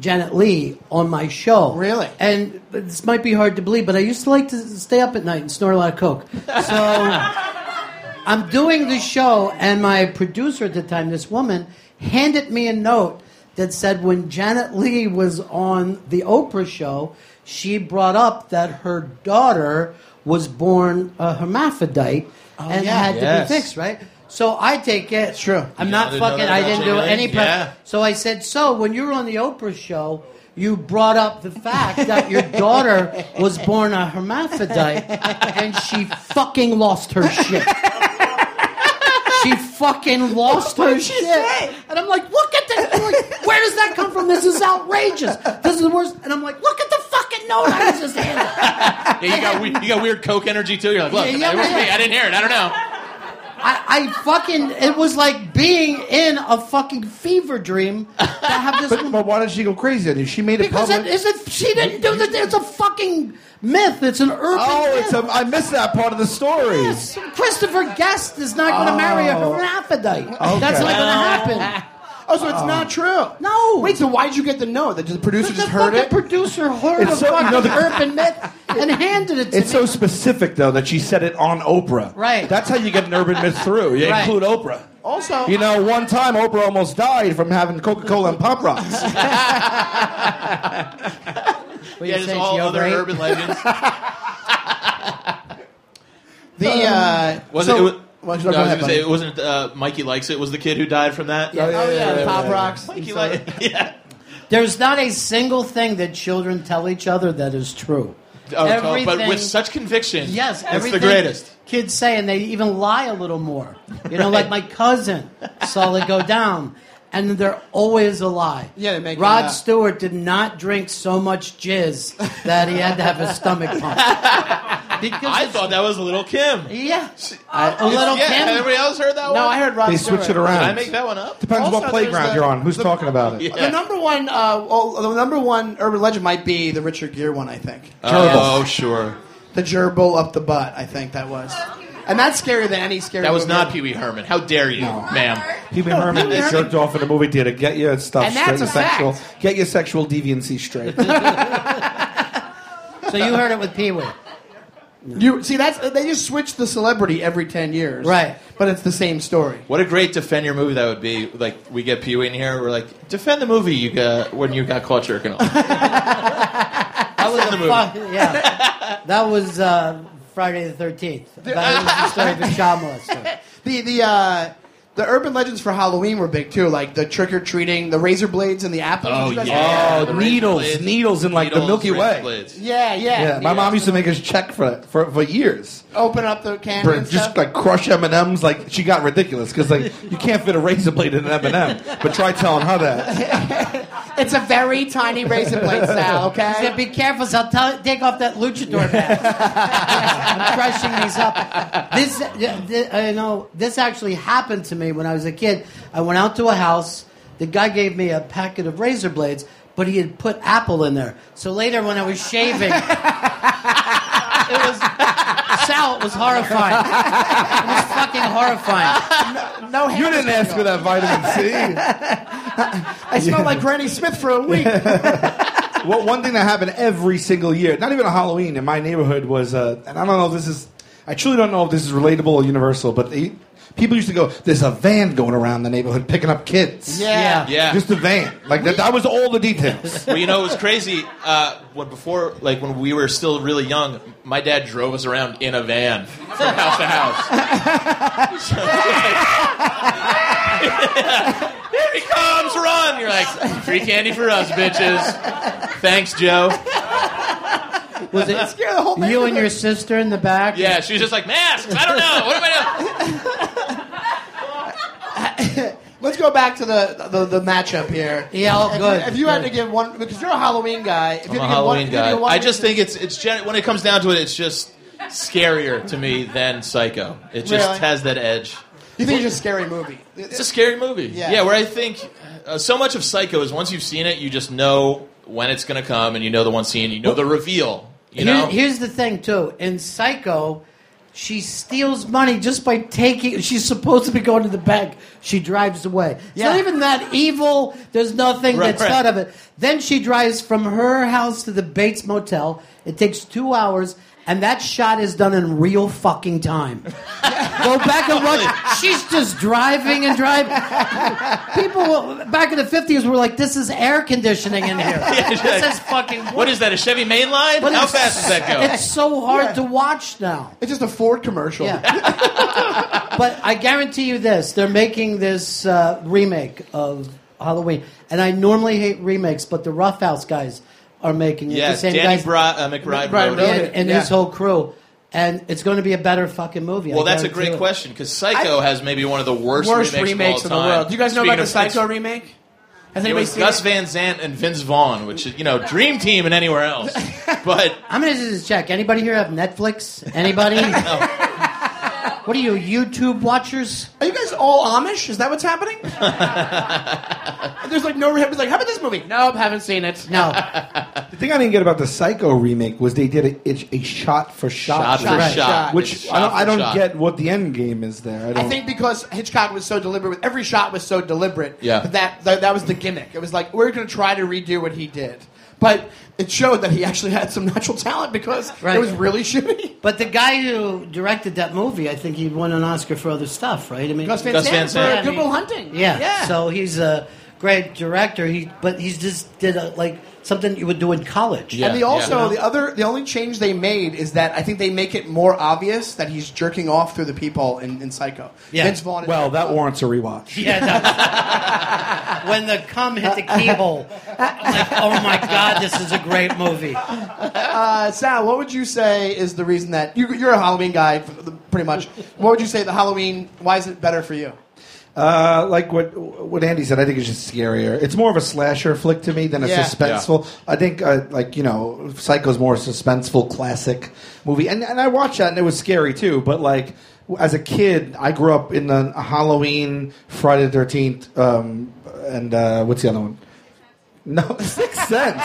S6: Janet Lee on my show.
S2: Really?
S6: And this might be hard to believe, but I used to like to stay up at night and snort a lot of coke. So. I'm doing the show, and my producer at the time, this woman, handed me a note that said when Janet Lee was on the Oprah show, she brought up that her daughter was born a hermaphrodite and
S2: yeah.
S6: had
S1: Oh, Yes.
S6: to be fixed, right? So I take it. It's
S2: true.
S6: I'm
S1: You
S6: not
S1: didn't know
S6: fucking.
S1: that
S6: I
S1: about
S6: didn't do
S1: Jamie Lee?
S6: any. Pre-
S1: Yeah.
S6: So I said, so when you were on the Oprah show. You brought up the fact that your daughter was born a
S1: [laughs]
S6: hermaphrodite and she fucking lost her shit. She fucking lost her shit. And I'm like, look at this. Like, where does that come from? This is outrageous. This is the worst. And I'm like, look at the fucking note I was just handed.
S1: Yeah, you got we- you got weird coke energy too. You're like, look,
S6: Yeah,
S1: [laughs]
S6: yeah,
S1: it was
S6: yeah.
S1: me. I didn't hear it. I don't know.
S6: I, I fucking, it was like being in a fucking fever dream to have
S7: [laughs]
S6: this.
S7: But, but why did she go crazy? then? She made it
S6: because
S7: public.
S6: it isn't, she didn't do this. It's a fucking myth. It's an urban
S7: oh,
S6: myth.
S7: it's a, I missed that part of the story.
S6: Yes, Christopher Guest is not going to marry a hermaphrodite. That's not going to happen.
S2: Oh, so it's not true.
S6: No.
S2: Wait, so why'd you get the note? That the producer
S6: The
S2: just heard
S6: fucking
S2: it?
S6: producer heard
S7: It's
S6: a
S7: so- you
S6: fucking
S7: know, the-
S6: urban myth and handed it to
S7: It's
S6: me.
S7: so specific though that she said it on Oprah.
S6: Right.
S7: That's how you get an urban myth through. You
S6: Right.
S7: include Oprah.
S2: also,
S7: You know, one time Oprah almost died from having Coca Cola and Pop Rocks.
S1: yeah, just all other urban
S6: [laughs]
S1: legends.
S2: the uh,
S1: Was
S2: so-
S1: it?
S2: Why don't
S1: it was,
S2: you
S1: no, I was
S2: go ahead,
S1: gonna say
S2: buddy?
S1: it wasn't. Uh, Mikey likes it. Was the kid who died from that? [laughs] Oh,
S2: Oh, yeah,
S7: yeah, yeah,
S2: Pop
S7: yeah.
S2: Rocks.
S1: Mikey like, yeah.
S6: There's not a single thing that children tell each other that is true.
S1: Oh, totally. but
S6: Everything-
S1: with such conviction,
S6: Yes,
S1: it's the
S6: everything
S1: greatest.
S6: Kids say, and they even lie a little more. You know, like my cousin saw it go down, and they're always a lie.
S2: Yeah, they make it
S6: Rod
S2: up.
S6: Stewart did not drink so much jizz that he had to have his stomach pumped. Because
S1: I
S6: it's-
S1: thought that was Little Kim.
S6: yeah, a little
S1: yeah,
S6: Kim.
S1: Everybody else heard that one.
S2: No, I heard Rod
S7: they
S2: Stewart.
S7: switch it
S1: Did
S7: around.
S1: I make that one up?
S7: Depends
S2: Also,
S7: what playground
S2: there's the-
S7: you're on. Who's
S2: the-
S7: talking about it?
S1: Yeah.
S2: The number one, uh, well, the number one urban legend might be the Richard Gere one. I think
S1: Oh, sure.
S2: the gerbil up the butt. I think that was, and that's scarier than any scary.
S1: That was
S2: movie.
S1: not Pee Wee Herman. How dare you, ma'am?
S7: Pee Wee Herman
S1: Pee Wee
S7: jerked off in a movie theater. Get your stuff
S2: And
S7: straight.
S2: that's a
S7: sexual.
S2: fact.
S7: Get your sexual deviancy straight.
S6: So you heard it with Pee Wee.
S2: You see, that's they just switch the celebrity every ten years,
S6: Right.
S2: But it's the same story.
S1: What a great defend your movie that would be. Like we get Pee Wee in here, we're like, defend the movie you got when you got caught jerking [laughs] off. that was the movie.
S6: Fuck, yeah. That was uh, Friday the 13th. That was the story of the child molester.
S2: The the uh, the urban legends for Halloween were big too, like the trick or treating, the razor blades and the apples.
S1: Oh,
S2: You guys-
S1: yeah.
S7: [laughs] oh,
S1: the
S7: needles,
S1: razor blades.
S7: needles in like the
S1: Needles,
S7: Milky
S1: razor
S7: Way.
S1: blades.
S2: yeah, yeah,
S7: Yeah, my mom used to make us check for for, for years.
S2: Open up the can.
S7: For
S2: and
S7: just
S2: stuff.
S7: like crush M and M's, like she got ridiculous because like you can't fit a razor blade in an M and M. But try telling her that.
S2: it's a very tiny razor blade
S1: [laughs]
S2: style. Okay.
S6: I said, be careful, so I'll tell, take off that luchador mask. I'm crushing these up. This, yeah, thi- I know, this actually happened to me when I was a kid. I went out to a house. The guy gave me a packet of razor blades, but he had put apple in there. So later when I was shaving, [laughs] it was... Sal was horrifying. It was fucking horrifying.
S2: no,
S7: You didn't ask
S2: [laughs]
S7: for that vitamin C.
S1: [laughs]
S2: I smell like Granny Smith for a week.
S7: Well, one thing that happened every single year, not even a Halloween in my neighborhood, was, uh, and I don't know if this is, I truly don't know if this is relatable or universal, but they, people used to go, there's a van going around the neighborhood picking up kids.
S6: Yeah.
S1: Yeah.
S7: Just a van. Like, that, that was all
S1: [laughs]
S7: the details.
S1: well, you know, it was crazy. Uh, when before, like when we were still really young, my dad drove us around in a van from house to house. [laughs] So, like- Here he comes! Run! You're like free candy for us, bitches. Thanks, Joe.
S6: Was it you and your sister in the back?
S1: Yeah, she was just like masks. I don't know. What am I doing?
S2: Let's go back to the the, the matchup here.
S6: Yeah, oh,
S2: If you-
S6: good.
S2: If you, had to give one, because you're a Halloween guy. If you had to give
S1: I'm a
S2: one-
S1: Halloween
S2: if you had to
S1: guy.
S2: give one
S1: I just
S2: reason-
S1: think it's it's gen- when it comes down to it, it's just scarier to me than Psycho. It just
S2: Really?
S1: has that edge.
S2: you think it's just a scary movie.
S1: It's a scary movie.
S2: Yeah.
S1: Yeah, where I think uh, so much of Psycho is once you've seen it, you just know when it's going to come, and you know the one scene, you know the reveal. You
S6: Here-
S1: know, [laughs]
S6: here's the thing, too. In Psycho, she steals money just by taking. She's supposed to be going to the bank. She drives away. It's not
S2: Yeah.
S6: even that evil. There's nothing
S1: Right,
S6: that's
S1: right.
S6: out of it. Then she drives from her house to the Bates Motel. It takes two hours. And that shot is done in real fucking time.
S1: [laughs]
S6: Go back and watch. She's just driving and driving. People will- back in the 50s were like, this is air conditioning
S1: [laughs]
S6: in here.
S1: like,
S6: this is fucking.
S1: what is that? A Chevy mainline?
S6: But
S1: How
S6: it's-
S1: fast does that go?
S6: It's so hard to watch now.
S2: It's just a Ford commercial.
S6: Yeah. but I guarantee you this: they're making this uh, remake of Halloween, and I normally hate remakes, but the Rough House guys are making it.
S1: yeah,
S6: the same
S1: Danny
S6: guys
S1: Bri- uh, McBride
S2: Brian
S1: wrote
S2: Miller.
S1: it.
S6: and, and
S2: Yeah.
S6: his whole crew, and it's going to be a better fucking movie. I
S1: Well, that's a
S6: guarantee
S1: great
S6: it.
S1: question because Psycho has maybe one of the worst,
S2: Worst
S1: remakes,
S2: remakes,
S1: of
S2: in
S1: all
S2: the
S1: time.
S2: world. Do you guys know
S1: Speaking
S2: about the
S1: of-
S2: Psycho remake? Has
S1: It
S2: anybody
S1: was
S2: seen
S1: Gus
S2: it?
S1: Van Sant and Vince Vaughn, which is you know dream team and anywhere else. But
S6: I'm going to just check. Anybody here have Netflix?
S1: [laughs]
S6: Anybody? [laughs] What are you, YouTube watchers?
S2: Are you guys all Amish? Is that what's
S1: [laughs]
S2: happening? There's like no rehab. It's like, how about this movie? Nope, haven't seen it.
S1: [laughs]
S6: No.
S7: the thing I didn't get about the Psycho remake was they did a, a, a shot for
S1: shot
S7: shot.
S1: for
S6: Right.
S1: shot,
S7: Which
S1: It's
S7: I don't,
S1: shot
S7: I
S1: for
S7: don't
S1: shot.
S7: get what the end game is there. I,
S2: I
S7: don't,
S2: think because Hitchcock was so deliberate, with every shot was so deliberate.
S1: Yeah.
S2: That that, that was the gimmick. It was like we're going to try to redo what he did, but it showed that he actually had some natural talent because
S6: Right.
S2: it was really shitty.
S6: But the guy who directed that movie, I think he won an Oscar for other stuff, right? I mean,
S2: Gus Van
S1: Gus Van
S2: Sant for
S1: Sant.
S2: Good
S6: Yeah, I
S2: Will
S6: mean-
S2: Hunting.
S6: Yeah.
S2: Yeah.
S6: So he's a great director. He but he's just did a, like something you would do in college.
S1: Yeah.
S2: and the also
S1: yeah.
S2: the other the only change they made is that I think they make it more obvious that he's jerking off through the people in, in Psycho.
S6: Yeah.
S2: Vince Vaughn. is-
S7: well, that warrants a
S6: [laughs]
S7: rewatch.
S6: Yeah, no. when the cum hit the keyhole, I'm like, oh my god, this is a great movie.
S2: Uh, Sal, what would you say is the reason that you, you're a Halloween guy, for the- pretty much? What would you say the Halloween? Why is it better for you?
S7: Uh, like what what Andy said, I think it's just scarier. It's more of a slasher flick to me than a
S2: Yeah.
S7: suspenseful. I think uh, like you know, Psycho's more a suspenseful classic movie, and and I watched that and it was scary too. But like as a kid, I grew up in the Halloween, Friday the Thirteenth, um, and uh, what's the other one? No, [laughs] Sixth Sense.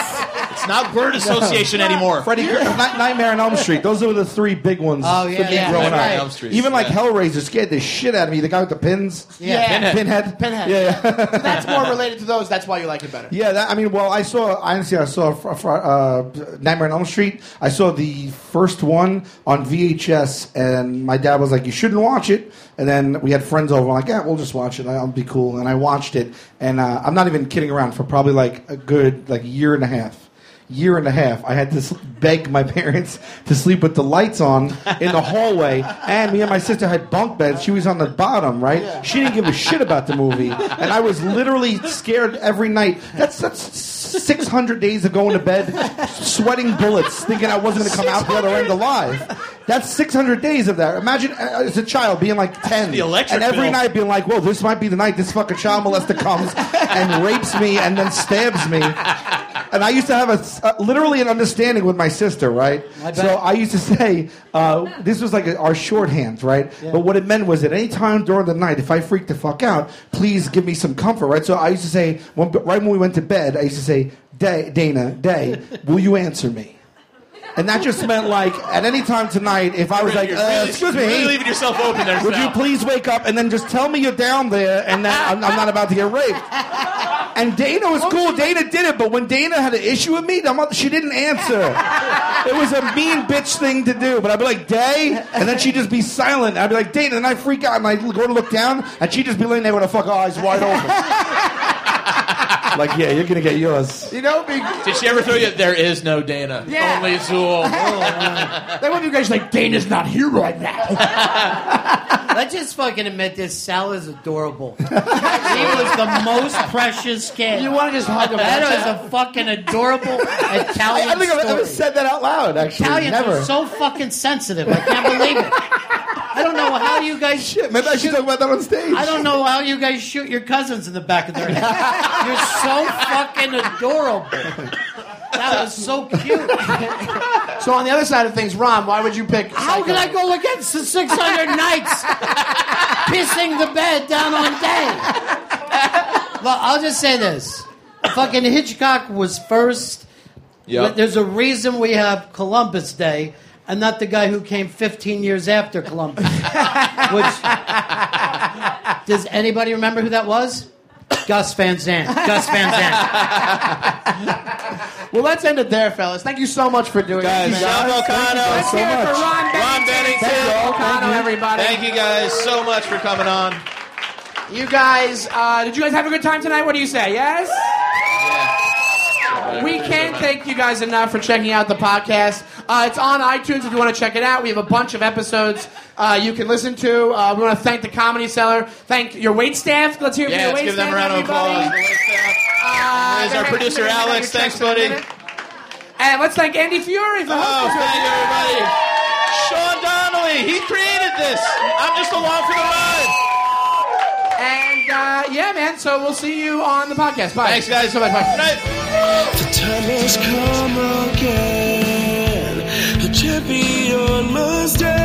S1: It's not word association anymore.
S7: Freddy Kr- Night- Nightmare on Elm Street. Those were the three big ones
S6: Oh, yeah,
S7: for me
S6: yeah.
S7: growing
S1: Nightmare on
S7: up.
S1: Elm Street,
S7: Even like
S1: yeah.
S7: Hellraiser scared the shit out of me. The guy with the pins.
S6: Yeah.
S1: Pinhead.
S7: Pinhead.
S2: Pinhead.
S7: Yeah, yeah.
S2: That's more related to those. That's why you like it better.
S7: Yeah, that, I mean, well, I saw. Honestly, I saw fr- fr- uh, Nightmare on Elm Street. I saw the first one on VHS, and my dad was like, "You shouldn't watch it." And then we had friends over, like, "Yeah, we'll just watch it. I'll be cool." And I watched it, and uh, I'm not even kidding around. For probably like a good like year and a half, year and a half, I had to s- beg my parents to sleep with the lights on in the hallway. And me and my sister had bunk beds. She was on the bottom, right? She didn't give a shit about the movie, and I was literally scared every night. That's that's six hundred days of going to bed, sweating bullets, thinking I wasn't going to come out the other end alive. That's six hundred days of that. Imagine uh, as a child being like ten,
S1: The electric
S7: and every
S1: bill.
S7: night being like, "Whoa, this might be the night this fucking child molester comes and rapes me and then stabs me." And I used to have a s- uh, literally an understanding with my sister, right?
S6: I bet.
S7: so I used to say uh, this was like a, our shorthand, right? But what it meant was at any time during the night, if I freaked the fuck out, please give me some comfort, right? So I used to say, when, right when we went to bed, I used to say, "Day, Dana, Day, will you answer me?" And that just meant like at any time tonight, if I was like,
S1: You're
S7: uh,
S1: really,
S7: excuse me,
S1: you're really leaving yourself open there.
S7: would you
S1: Sal.
S7: please wake up and then just tell me you're down there and that I'm, I'm not about to get raped? And Dana was cool. Dana did it, but when Dana had an issue with me, the mother- she didn't answer. It was a mean bitch thing to do. But I'd be like, Day, and then she'd just be silent. I'd be like, Dana, and I freak out and I go to look down, and she'd just be laying there with her fucking eyes wide open. like, yeah, you're gonna get yours.
S2: You know, be,
S1: Did she ever throw you? There is no Dana.
S2: Yeah.
S1: Only Zool.
S2: that one you guys like Dana's not here right now.
S6: Let's just fucking admit this. Sal is adorable. he was the most precious kid.
S2: you want to just hug him?
S6: that was a
S2: [laughs]
S6: fucking adorable Italian
S7: I think I've
S6: story.
S7: never said that out loud. Actually,
S6: Italians
S7: never.
S6: are so fucking sensitive. I can't believe it. I don't know how you guys.
S7: Shit, maybe I should talk about that on stage.
S6: I don't know how you guys shoot your cousins in the back of their head. You're so fucking adorable. That was so cute.
S2: So on the other side of things, Ron, why would you pick?
S6: How can I go against the 600 knights pissing the bed down on day? Look, I'll just say this. Fucking Hitchcock was first.
S1: Yep.
S6: There's a reason we have Columbus Day and not the guy who came 15 years
S1: [laughs]
S6: after Columbus. Which, does anybody remember who that was? Gus Van Zandt. Gus Van Zandt.
S2: Well, let's end it there, fellas. Thank you so much for doing
S1: Guys,
S2: this.
S1: Sal Volcano.
S2: Let's hear it for Ron
S1: Ron Bennington.
S2: Bennington. Volcano, everybody.
S1: Thank you guys so much for coming on.
S2: You guys, uh, did you guys have a good time tonight? What do you say? Yes? We can't thank you guys enough for checking out the podcast. Uh, it's on iTunes if you want to check it out. We have a bunch of episodes uh, you can listen to. Uh, we want to thank the Comedy Cellar. Thank your wait staff. Let's hear
S1: Yeah,
S2: from your wait
S1: let's give them
S2: staff,
S1: a round of
S2: everybody.
S1: applause.
S2: Uh,
S1: There's our
S2: they're-
S1: producer,
S2: they're- they're-
S1: Alex.
S2: they're-
S1: Thanks,
S2: they're-
S1: buddy.
S2: And let's thank Andy Fury for
S1: Oh,
S2: hosting us.
S1: thank you, everybody. Sean Donnelly, he created this. I'm just along for the ride.
S2: And uh, yeah, man. So we'll see you on the podcast. Bye.
S1: Thanks, guys. So much. Good night.
S8: The time has come again. The champion must die.